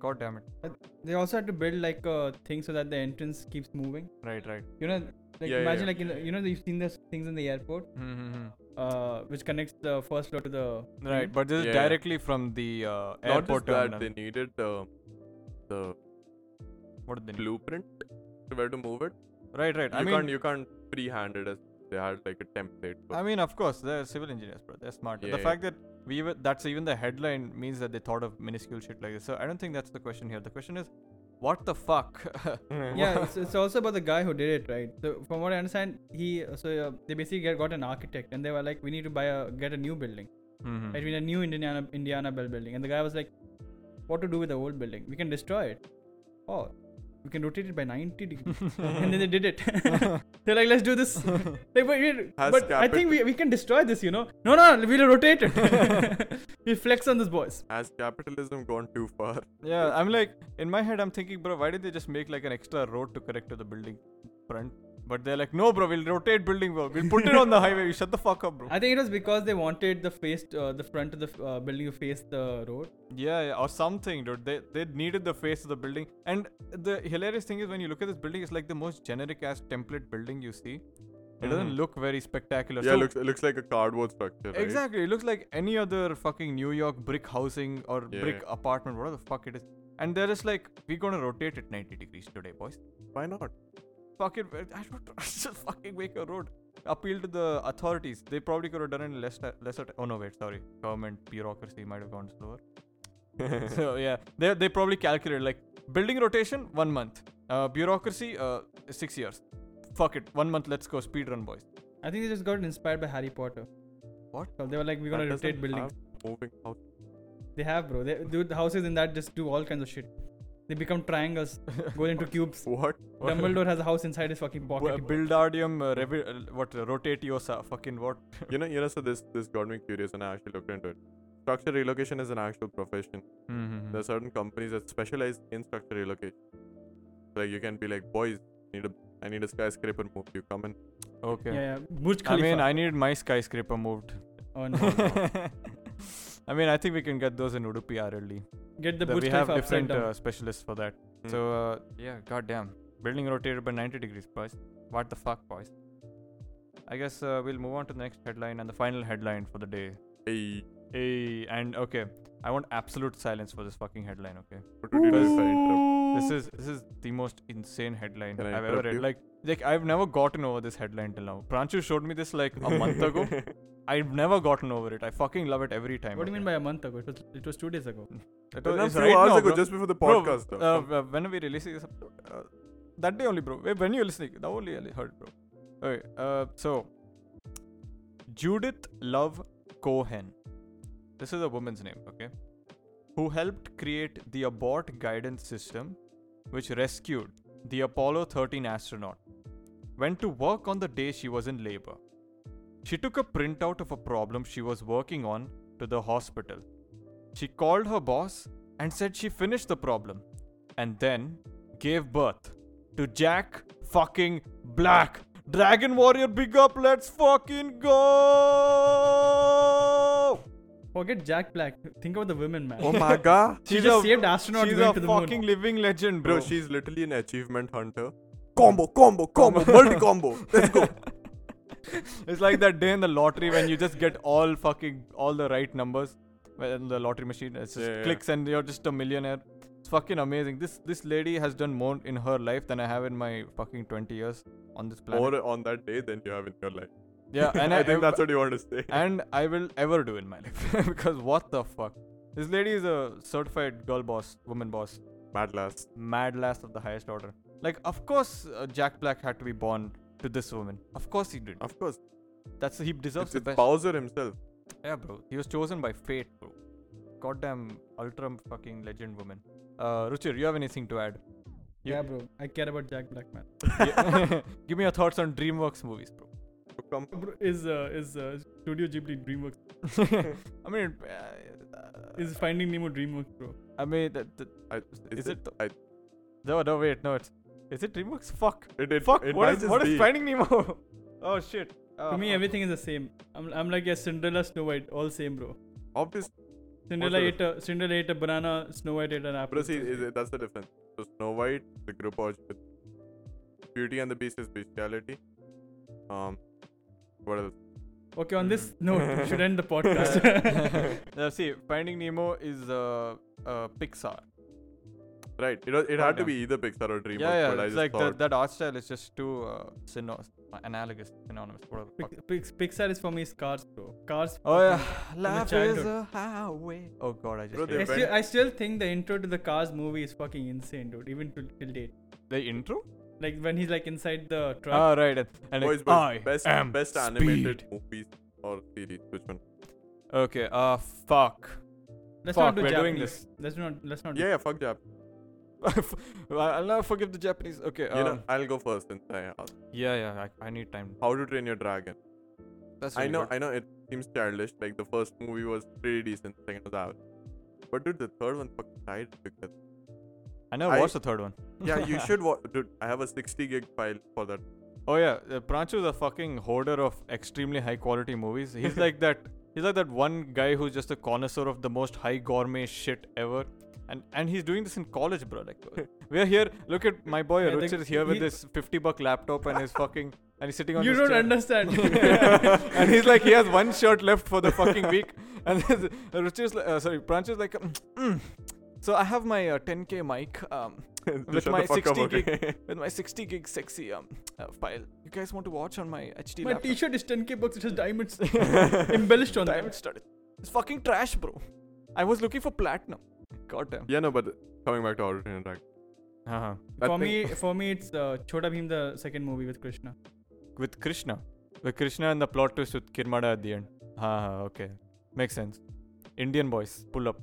Speaker 6: God damn it!
Speaker 8: they also had to build like a thing so that the entrance keeps moving.
Speaker 6: Right, right.
Speaker 8: You know, like
Speaker 7: Yeah, yeah,
Speaker 8: imagine
Speaker 7: yeah.
Speaker 8: like in the, you know you've seen those things in the airport,
Speaker 6: Mm-hmm.
Speaker 8: uh, which connects the first floor to the
Speaker 6: Right, but this is
Speaker 7: Yeah.
Speaker 6: directly from the uh,
Speaker 7: Not
Speaker 6: airport
Speaker 7: just that
Speaker 6: terminal.
Speaker 7: they needed the the
Speaker 6: What did they need?
Speaker 7: blueprint to where to move it.
Speaker 6: Right, right.
Speaker 7: You
Speaker 6: I mean,
Speaker 7: can't you can't pre-hand it as they had like a template. for
Speaker 6: I mean, of course, they're civil engineers, bro. They're smart.
Speaker 7: Yeah,
Speaker 6: the
Speaker 7: yeah.
Speaker 6: fact that we even, that's even the headline means that they thought of minuscule shit like this. So I don't think that's the question here. The question is, what the fuck?
Speaker 8: yeah, it's, it's also about the guy who did it, right? So from what I understand, he so uh, they basically get, got an architect, and they were like, we need to buy a get a new building,
Speaker 6: Mhm.
Speaker 7: Hmm. Mm-hmm.
Speaker 8: right? We need a new Indiana Indiana Bell building, and the guy was like, what to do with the old building? We can destroy it. Oh, we can rotate it by ninety degrees, and then they did it. They're like, let's do this. like, but we-
Speaker 7: Has
Speaker 8: but I think we, we can destroy this, you know? No, no, we'll rotate it. we flex on this, boys.
Speaker 7: Has capitalism gone too far?
Speaker 6: yeah, I'm like, in my head, I'm thinking, bro, why did they just make like an extra road to connect to the building front? But they're like, no, bro, we'll rotate building, bro. We'll put it on the highway. You shut the fuck up, bro.
Speaker 8: I think it was because they wanted the face, uh, the front of the uh, building to face the road.
Speaker 6: Yeah, yeah, or something, dude. They they needed the face of the building. And the hilarious thing is when you look at this building, it's like the most generic ass template building you see. It doesn't look very spectacular.
Speaker 7: Mm-hmm. Yeah,
Speaker 6: So-
Speaker 7: it looks it looks like a cardboard structure. Right?
Speaker 6: Exactly. It looks like any other fucking New York brick housing or
Speaker 7: Yeah.
Speaker 6: brick apartment, whatever the fuck it is. And they're just like, we're gonna rotate it 90 degrees today, boys.
Speaker 7: Why not?
Speaker 6: Fuck it. I don't just fucking make a road. Appeal to the authorities. They probably could have done it in less, ti- lesser. ti- oh no, wait, sorry. Government bureaucracy might have gone slower. so yeah, they they probably calculated like building rotation one month, uh, bureaucracy uh, six years. Fuck it, one month. Let's go speed run, boys.
Speaker 8: I think they just got inspired by Harry Potter.
Speaker 6: What?
Speaker 8: So they were like, we're gonna
Speaker 7: That
Speaker 8: rotate
Speaker 7: doesn't
Speaker 8: buildings.
Speaker 7: have Moving out.
Speaker 8: They have, bro. They do the houses in that just do all kinds of shit. They become triangles, go into cubes.
Speaker 7: What?
Speaker 8: Dumbledore has a house inside his fucking
Speaker 6: Bu-
Speaker 8: pocket.
Speaker 6: Buildardium, uh, revi- uh, what? Uh, rotatiosa, fucking what?
Speaker 7: You know, you know. So this this got me curious, and I actually looked into it. Structure relocation is an actual profession.
Speaker 8: Mm-hmm.
Speaker 7: There are
Speaker 6: Hmm.
Speaker 7: certain companies that specialize in structure relocation. Like you can be like, boys, need a I need a skyscraper move. You come in.
Speaker 6: Okay.
Speaker 8: Yeah, yeah. Burj
Speaker 6: I
Speaker 8: Khalifa.
Speaker 6: mean, I need my skyscraper moved.
Speaker 8: oh, no.
Speaker 6: I mean, I think we can get those in Udupi RLD.
Speaker 8: Get the
Speaker 6: Th-
Speaker 8: Burj
Speaker 6: we have
Speaker 8: Khalifa upside
Speaker 6: different
Speaker 8: down.
Speaker 6: uh, specialists for that.
Speaker 7: Hmm.
Speaker 6: So uh, yeah, goddamn, building rotated by 90 degrees, boys. What the fuck, boys? I guess uh, we'll move on to the next headline and the final headline for the day.
Speaker 7: Hey,
Speaker 6: Hey, and okay, I want absolute silence for this fucking headline, okay?
Speaker 7: what to do this? I interrupt.
Speaker 6: This is this is the most insane headline
Speaker 7: Hmm. Can I
Speaker 6: I've ever
Speaker 7: interrupt
Speaker 6: read.
Speaker 7: you?
Speaker 6: Like like I've never gotten over this headline till now. Pranchu showed me this like a month ago. I've never gotten over it. I fucking love it every time.
Speaker 8: What do you mean by a month ago? It was, it was two days ago.
Speaker 6: It
Speaker 7: But
Speaker 6: was,
Speaker 7: not
Speaker 6: it's
Speaker 7: few
Speaker 6: right
Speaker 7: hours
Speaker 6: now,
Speaker 7: ago,
Speaker 6: bro.
Speaker 7: just before the
Speaker 6: Bro,
Speaker 7: podcast.
Speaker 6: uh,
Speaker 7: though.
Speaker 6: uh, when we release this episode, uh, that day only, bro. Wait, When you listening, that only I heard, bro. Okay, uh, so Judith Love Cohen. This is a woman's name, okay? Who helped create the abort guidance system, which rescued the Apollo 13 astronaut, went to work on the day she was in labor. She took a printout of a problem she was working on to the hospital. She called her boss and said she finished the problem and then gave birth to Jack fucking Black. Dragon Warrior, big up, let's fucking go!
Speaker 8: Forget Jack Black. Think about the women, man.
Speaker 7: oh my god.
Speaker 8: She just saved astronauts
Speaker 6: She's
Speaker 8: going
Speaker 6: a
Speaker 8: to the moon.
Speaker 6: fucking living legend, bro.
Speaker 7: Bro, she's literally an achievement hunter. Combo, combo, combo, multi combo. Let's go.
Speaker 6: It's like that day in the lottery when you just get all fucking all the right numbers when the lottery machine it's just
Speaker 7: Yeah, yeah.
Speaker 6: clicks and you're just a millionaire. It's fucking amazing. This this lady has done more in her life than I have in my fucking 20 years on this planet.
Speaker 7: More on that day than you have in your life.
Speaker 6: yeah, and
Speaker 7: I, think that's what you want to say.
Speaker 6: and I will ever do in my life because what the fuck. This lady is a certified girl boss, woman boss,
Speaker 7: Mad last.
Speaker 6: mad last of the highest order. Like of course uh, Jack Black had to be born to this woman. Of course he did.
Speaker 7: Of course.
Speaker 6: That's he deserves
Speaker 7: It's,
Speaker 6: the
Speaker 7: it's
Speaker 6: best.
Speaker 7: Bowser himself.
Speaker 6: Yeah, bro. He was chosen by fate, bro. Goddamn ultra fucking legend woman. Uh, Ruchir, you have anything to add? You-
Speaker 8: Yeah, bro. I care about Jack Black, man.
Speaker 6: Yeah. Give me your thoughts on DreamWorks movies, bro.
Speaker 7: To come.
Speaker 8: Bro, is uh, is uh, Studio Ghibli DreamWorks?
Speaker 6: I mean, uh,
Speaker 8: Is Finding Nemo DreamWorks, bro?
Speaker 6: I mean, the, the,
Speaker 7: I,
Speaker 6: is, it? the-
Speaker 7: I,
Speaker 6: no, no, wait, no, it's is it DreamWorks? Fuck,
Speaker 7: it, it,
Speaker 6: fuck.
Speaker 7: it
Speaker 6: what
Speaker 7: might
Speaker 6: is
Speaker 7: just
Speaker 6: what is
Speaker 7: be.
Speaker 6: Finding Nemo? oh shit. Uh,
Speaker 8: to me, everything is the same. I'm, I'm like a Cinderella, Snow White, all same, bro.
Speaker 7: Obviously,
Speaker 8: Cinderella
Speaker 7: the
Speaker 8: ate a Cinderella ate a banana. Snow White ate an apple.
Speaker 7: but see, is it, that's the difference. So Snow White, the group of Beauty and the Beast is bestiality. Um, what else?
Speaker 8: Okay, on this note, we should end the podcast.
Speaker 6: now see, Finding Nemo is uh, uh Pixar.
Speaker 7: Right. It, was, it had to
Speaker 6: Goddamn.
Speaker 7: be either Pixar or DreamWorks.
Speaker 6: yeah,
Speaker 7: but
Speaker 6: yeah.
Speaker 7: I
Speaker 6: It's
Speaker 7: just
Speaker 6: like that,
Speaker 7: thought
Speaker 6: that art style is just too uh, syno- analogous, synonymous. Whatever. the fuck.
Speaker 8: Pix- Pix- Pixar is for me is Cars, bro. Cars.
Speaker 6: Oh yeah,
Speaker 8: Life
Speaker 6: life
Speaker 8: is childhood.
Speaker 6: is a highway. Oh god, I just
Speaker 7: Bro,
Speaker 6: hate
Speaker 7: they
Speaker 8: I
Speaker 6: it.
Speaker 7: went-
Speaker 8: still, I still think the intro to the Cars movie is fucking insane, dude. Even till, till date,
Speaker 6: the intro.
Speaker 8: like when he's like inside the truck.
Speaker 6: Ah right, and, and
Speaker 7: boys,
Speaker 6: it-
Speaker 7: boys,
Speaker 6: I
Speaker 7: best
Speaker 6: am
Speaker 7: best
Speaker 6: speed.
Speaker 7: animated movies or series. Which one?
Speaker 6: Okay, uh, fuck.
Speaker 8: let's
Speaker 6: Ah, fuck,
Speaker 8: not do
Speaker 6: we're doing
Speaker 8: Japanese. Let's not. Let's not. do-
Speaker 7: Yeah, yeah, fuck Jap.
Speaker 6: Well, I'll never forgive the Japanese. Okay,
Speaker 7: you
Speaker 6: um,
Speaker 7: know, I'll go first since I asked.
Speaker 6: yeah, yeah, I, I need time.
Speaker 7: How to Train Your Dragon.
Speaker 6: That's
Speaker 7: I
Speaker 6: really
Speaker 7: know,
Speaker 6: good.
Speaker 7: I know, it seems childish. Like the first movie was pretty decent, the second was out. But dude, the third one fucking died because
Speaker 6: I never
Speaker 7: I-
Speaker 6: watched the third one.
Speaker 7: yeah, you should watch. Dude, I have a 60 gig file for that.
Speaker 6: Oh yeah, uh, Pranchu is a fucking hoarder of extremely high quality movies. He's like that. He's like that one guy who's just a connoisseur of the most high gourmet shit ever. And and he's doing this in college, bro. Like uh, we're here. Look at my boy
Speaker 8: Yeah, the-
Speaker 6: Richard is here with
Speaker 8: he-
Speaker 6: this fifty buck laptop and his fucking and he's sitting on.
Speaker 8: You
Speaker 6: this
Speaker 8: don't
Speaker 6: chair.
Speaker 8: understand.
Speaker 6: and he's like, he has one shirt left for the fucking week. And then Richard's like, uh, sorry, Pranchu's like, "Mm, so I have my uh, 10k mic. Um,
Speaker 7: Just
Speaker 6: With
Speaker 7: shut
Speaker 6: my
Speaker 7: the fuck up,
Speaker 6: 60
Speaker 7: okay?
Speaker 6: with my 60 gig sexy um uh, file. You guys want to watch on my HD
Speaker 8: My
Speaker 6: laptop?
Speaker 8: T-shirt is 10k bucks. It has diamonds embellished on
Speaker 6: Diamond
Speaker 8: it.
Speaker 6: studded. It's fucking trash, bro. I was looking for platinum. God damn.
Speaker 7: Yeah, no, but coming back to How to Train Your Dragon.
Speaker 6: Uh-huh.
Speaker 7: I
Speaker 8: For me,
Speaker 7: think-
Speaker 8: for me, it's uh, Chota Bhim, the second movie with Krishna.
Speaker 6: With Krishna, with Krishna and the plot twist with Kirmada at the end. Ah, okay, makes sense. Indian boys, pull up.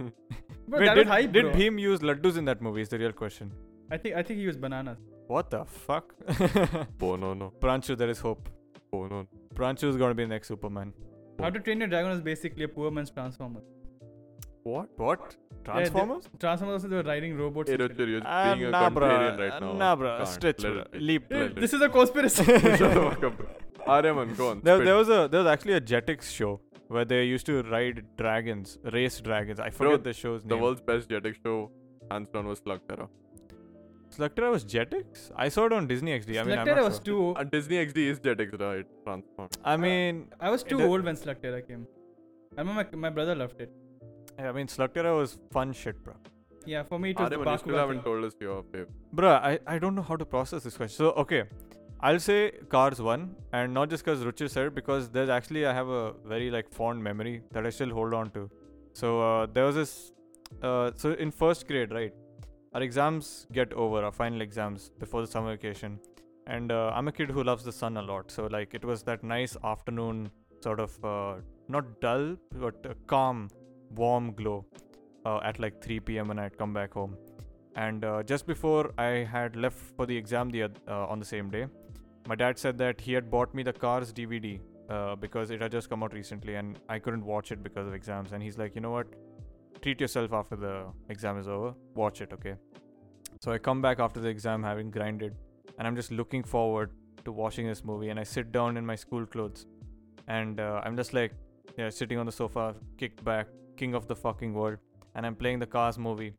Speaker 8: Bro,
Speaker 6: Wait,
Speaker 8: that
Speaker 6: did,
Speaker 8: was hype,
Speaker 6: did
Speaker 8: bro.
Speaker 6: Bhim use laddus in that movie? Is the real question.
Speaker 8: I think I think he was bananas.
Speaker 6: What the fuck?
Speaker 7: Bono, Oh, no, oh,
Speaker 6: Pranchu, there is hope.
Speaker 7: Bono.
Speaker 6: Pranchu is gonna be the next Superman.
Speaker 8: How to Train Your Dragon is basically a poor man's Transformer.
Speaker 7: What?
Speaker 6: What? Transformers?
Speaker 8: Transformers also they were riding robots.
Speaker 7: Hey,
Speaker 8: and
Speaker 7: Richard,
Speaker 8: shit.
Speaker 7: you're just
Speaker 6: Ah,
Speaker 7: being a
Speaker 6: nah, bro.
Speaker 7: contrarian right now.
Speaker 6: Nah, bro.
Speaker 7: Can't.
Speaker 6: Stretch,
Speaker 7: Let
Speaker 6: bro.
Speaker 7: it be.
Speaker 6: Leap.
Speaker 7: Let it
Speaker 8: Dude, this is a conspiracy.
Speaker 7: be. Shut the fuck up, bro. Ariaman, go on.
Speaker 6: There,
Speaker 7: spit.
Speaker 6: there was a there was actually a Jetix show where they used to ride dragons, race dragons. I forget the show's
Speaker 7: the
Speaker 6: name.
Speaker 7: world's best jetix show, hands down, was Slug Terror.
Speaker 6: Slugterra was Jetix. I saw it on Disney XD. I mean, I'm
Speaker 8: Slugterra
Speaker 6: not
Speaker 8: was
Speaker 6: sure.
Speaker 8: too.
Speaker 7: And Uh, Disney XD is jetix, right? Transform.
Speaker 6: I mean,
Speaker 8: I was too
Speaker 6: does-
Speaker 8: old when Slugterra came. I remember my, my brother loved it.
Speaker 6: I mean, Slugterra was fun shit, bro.
Speaker 8: Yeah, for me it was the
Speaker 7: Ariman, you still
Speaker 8: Bakugan
Speaker 7: haven't
Speaker 8: thing.
Speaker 7: told us your favorite.
Speaker 6: Bruh, I, I don't know how to process this question. So, okay, I'll say Cars 1, and not just because Ruchir said it, because there's actually, I have a very, like, fond memory that I still hold on to. So, uh, there was this, uh, so in first grade, right, our exams get over, our final exams before the summer vacation. And uh, I'm a kid who loves the sun a lot. So, like, it was that nice afternoon, sort of, uh, not dull, but uh, calm, warm glow uh, at like 3 p.m. when I'd come back home and uh, just before I had left for the exam the oth- uh, on the same day, my dad said that he had bought me the Cars DVD uh, because it had just come out recently and I couldn't watch it because of exams. And he's like, you know what? Treat yourself after the exam is over. Watch it, okay? So I come back after the exam having grinded, and I'm just looking forward to watching this movie. And I sit down in my school clothes, and uh, I'm just like, yeah, sitting on the sofa, kicked back, king of the fucking world, and I'm playing the Cars movie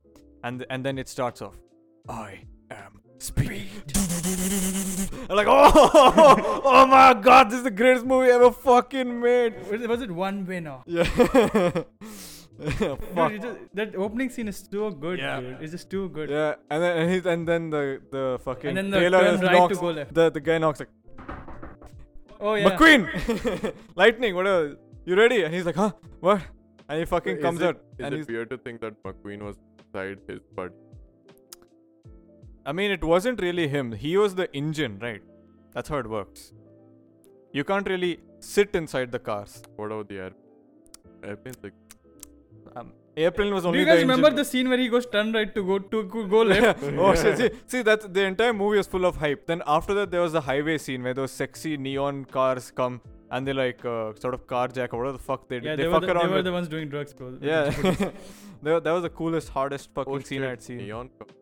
Speaker 6: and and then it starts off. I am speed. I'm like, oh, oh my god, this is the greatest movie ever fucking made.
Speaker 8: Was it- Was it one winner?
Speaker 6: Yeah.
Speaker 8: Dude,
Speaker 6: Fuck.
Speaker 8: it just, that opening scene is so good,
Speaker 6: Yeah.
Speaker 8: dude. It's just too good.
Speaker 6: Yeah, and then and, he's, and then the the fucking
Speaker 8: And then the
Speaker 6: Taylor
Speaker 8: turn
Speaker 6: just
Speaker 8: right to
Speaker 6: knocks
Speaker 8: go left.
Speaker 6: the the guy knocks like
Speaker 8: Oh yeah.
Speaker 6: McQueen, lightning, whatever. You ready? And he's like, huh, what? And he fucking
Speaker 7: Is
Speaker 6: comes
Speaker 7: it-
Speaker 6: out
Speaker 7: Is
Speaker 6: and he's
Speaker 7: it weird to think that McQueen was beside his buddy?
Speaker 6: I mean, it wasn't really him. He was the engine, right? That's how it works. You can't really sit inside the cars.
Speaker 7: What about the air? Airplanes like
Speaker 6: Um, April was
Speaker 8: Do
Speaker 6: only
Speaker 8: you guys
Speaker 6: the
Speaker 8: remember
Speaker 6: engine.
Speaker 8: the scene where he goes turn right to go to go- go left?
Speaker 6: oh shit! See, see that the entire movie was full of hype. Then after that, there was the highway scene where those sexy neon cars come and they like uh, sort of carjack or whatever the fuck they do.
Speaker 8: yeah,
Speaker 6: they,
Speaker 8: they, were
Speaker 6: fuck
Speaker 8: the, they
Speaker 6: around
Speaker 8: were
Speaker 6: with.
Speaker 8: the ones doing drugs, bro.
Speaker 6: yeah, They were- that was the coolest, hardest fucking
Speaker 7: oh,
Speaker 6: scene
Speaker 7: shit,
Speaker 6: I'd seen.
Speaker 7: Neon. co-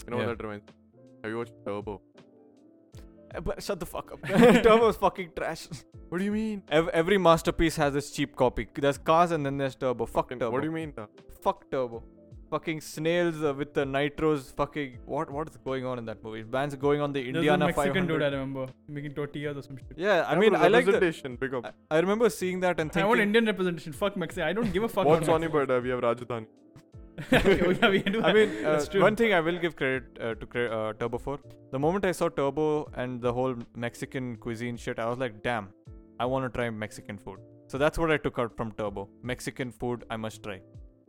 Speaker 7: You know
Speaker 6: Yeah.
Speaker 7: what that reminds? me? Have you watched Turbo?
Speaker 6: Uh, But shut the fuck up. Turbo was fucking trash.
Speaker 7: What do you mean?
Speaker 6: Ev- every masterpiece has its cheap copy. There's cars and then there's Turbo. Fuck Turbo.
Speaker 7: What do you mean? now?
Speaker 6: fuck turbo fucking snails uh, with the nitros fucking what what is going on in that movie bands going on the
Speaker 8: There's a
Speaker 6: indiana 500
Speaker 8: Mexican dude I remember making tortillas or some shit.
Speaker 6: yeah i
Speaker 7: Yeah,
Speaker 6: mean
Speaker 7: bro,
Speaker 6: i like the,
Speaker 7: representation. Big up.
Speaker 6: I, I remember seeing that and
Speaker 8: I want
Speaker 6: thinking
Speaker 8: Indian representation. Fuck Mexico. I don't give a fuck.
Speaker 7: What's
Speaker 8: about
Speaker 7: on your bird? We have Rajdhani.
Speaker 8: Mexico. yeah, we
Speaker 6: I
Speaker 8: do that.
Speaker 6: mean, uh,
Speaker 8: That's true.
Speaker 6: one thing I will give credit uh, to cre- uh, Turbo for. The moment I saw Turbo and the whole Mexican cuisine shit, I was like, damn, I want to try Mexican food. So that's what I took out from Turbo. Mexican food, I must try.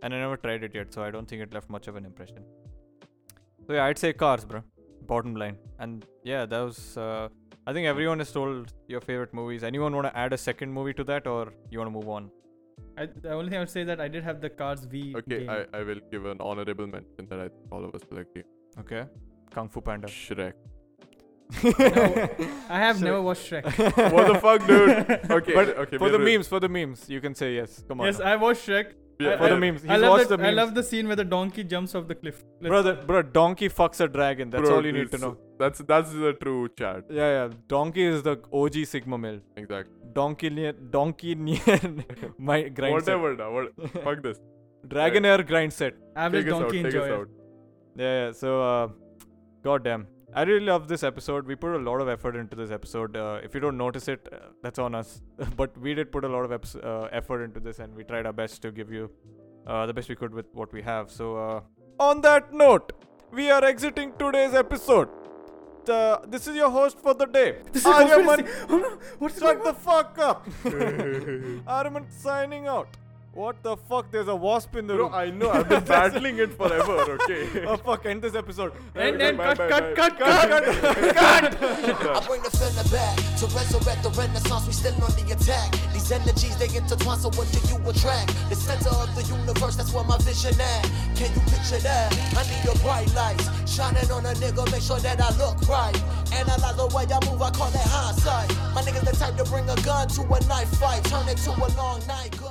Speaker 6: And I never tried it yet, so I don't think it left much of an impression. So yeah, I'd say cars, bro. Bottom line. And yeah, that was. Uh, I think everyone has told your favorite movies. Anyone want to add a second movie to that, or you want to move on?
Speaker 8: I, the only thing I would say that I did have the Cars V.
Speaker 7: Okay,
Speaker 8: game.
Speaker 7: I, I will give an honorable mention that I think all of us will agree.
Speaker 6: Okay. Kung Fu Panda.
Speaker 7: Shrek.
Speaker 8: I have never watched Shrek.
Speaker 7: what the fuck, dude? Okay,
Speaker 6: But
Speaker 7: okay.
Speaker 6: for
Speaker 7: we
Speaker 6: the
Speaker 7: are-
Speaker 6: memes, for the memes, you can say yes. Come on.
Speaker 8: yes,
Speaker 6: now.
Speaker 8: I watched Shrek.
Speaker 7: we are-
Speaker 8: I-
Speaker 6: for
Speaker 7: we
Speaker 6: the
Speaker 7: are-
Speaker 6: memes. He's
Speaker 8: I love,
Speaker 6: watched
Speaker 8: that,
Speaker 6: the
Speaker 8: I
Speaker 6: memes.
Speaker 8: love the scene where the donkey jumps off the cliff. Let's-
Speaker 6: Brother, bro, donkey fucks a dragon. That's
Speaker 7: bro,
Speaker 6: all you need to
Speaker 7: this-
Speaker 6: know.
Speaker 7: That's that's the true chat.
Speaker 6: Yeah, yeah. Donkey is the OG Sigma male.
Speaker 7: Exactly.
Speaker 6: Donkey near, donkey near my grind
Speaker 7: Whatever. now, What, fuck this.
Speaker 6: set. Dragon air grind set.
Speaker 8: Average
Speaker 7: Take us out.
Speaker 8: donkey
Speaker 7: Take us
Speaker 8: enjoyer.
Speaker 7: out.
Speaker 6: Yeah, yeah. So, uh, goddamn. I really love this episode. We put a lot of effort into this episode. Uh, if you don't notice it, uh, that's on us. but we did put a lot of epis uh, effort into this and we tried our best to give you uh, the best we could with what we have. So, uh, on that note, we are exiting today's episode. The, this is your host for the day.
Speaker 8: This is a
Speaker 6: Aryaman,
Speaker 8: conspiracy. Oh no! What's
Speaker 6: shut
Speaker 8: going
Speaker 6: the
Speaker 8: on?
Speaker 6: fuck up. Aryaman signing out. What the fuck? There's a wasp in the room.
Speaker 7: I know. I've been battling it forever. Okay.
Speaker 6: Oh fuck! End this episode.
Speaker 8: End, end,
Speaker 7: Bye,
Speaker 8: cut,
Speaker 7: bye,
Speaker 8: cut,
Speaker 7: bye.
Speaker 8: cut, cut, cut.
Speaker 9: I bring the filler back to resurrect the renaissance. We still on the attack. These energies they intertwine, so what do you attract? The center of the universe, that's where my vision at. Can you picture that? I need a bright light shining on a nigga, make sure that I look right. Analyze the way I move, I call that hindsight. My niggas the type to bring a gun to a knife fight, turn it to a long night. Good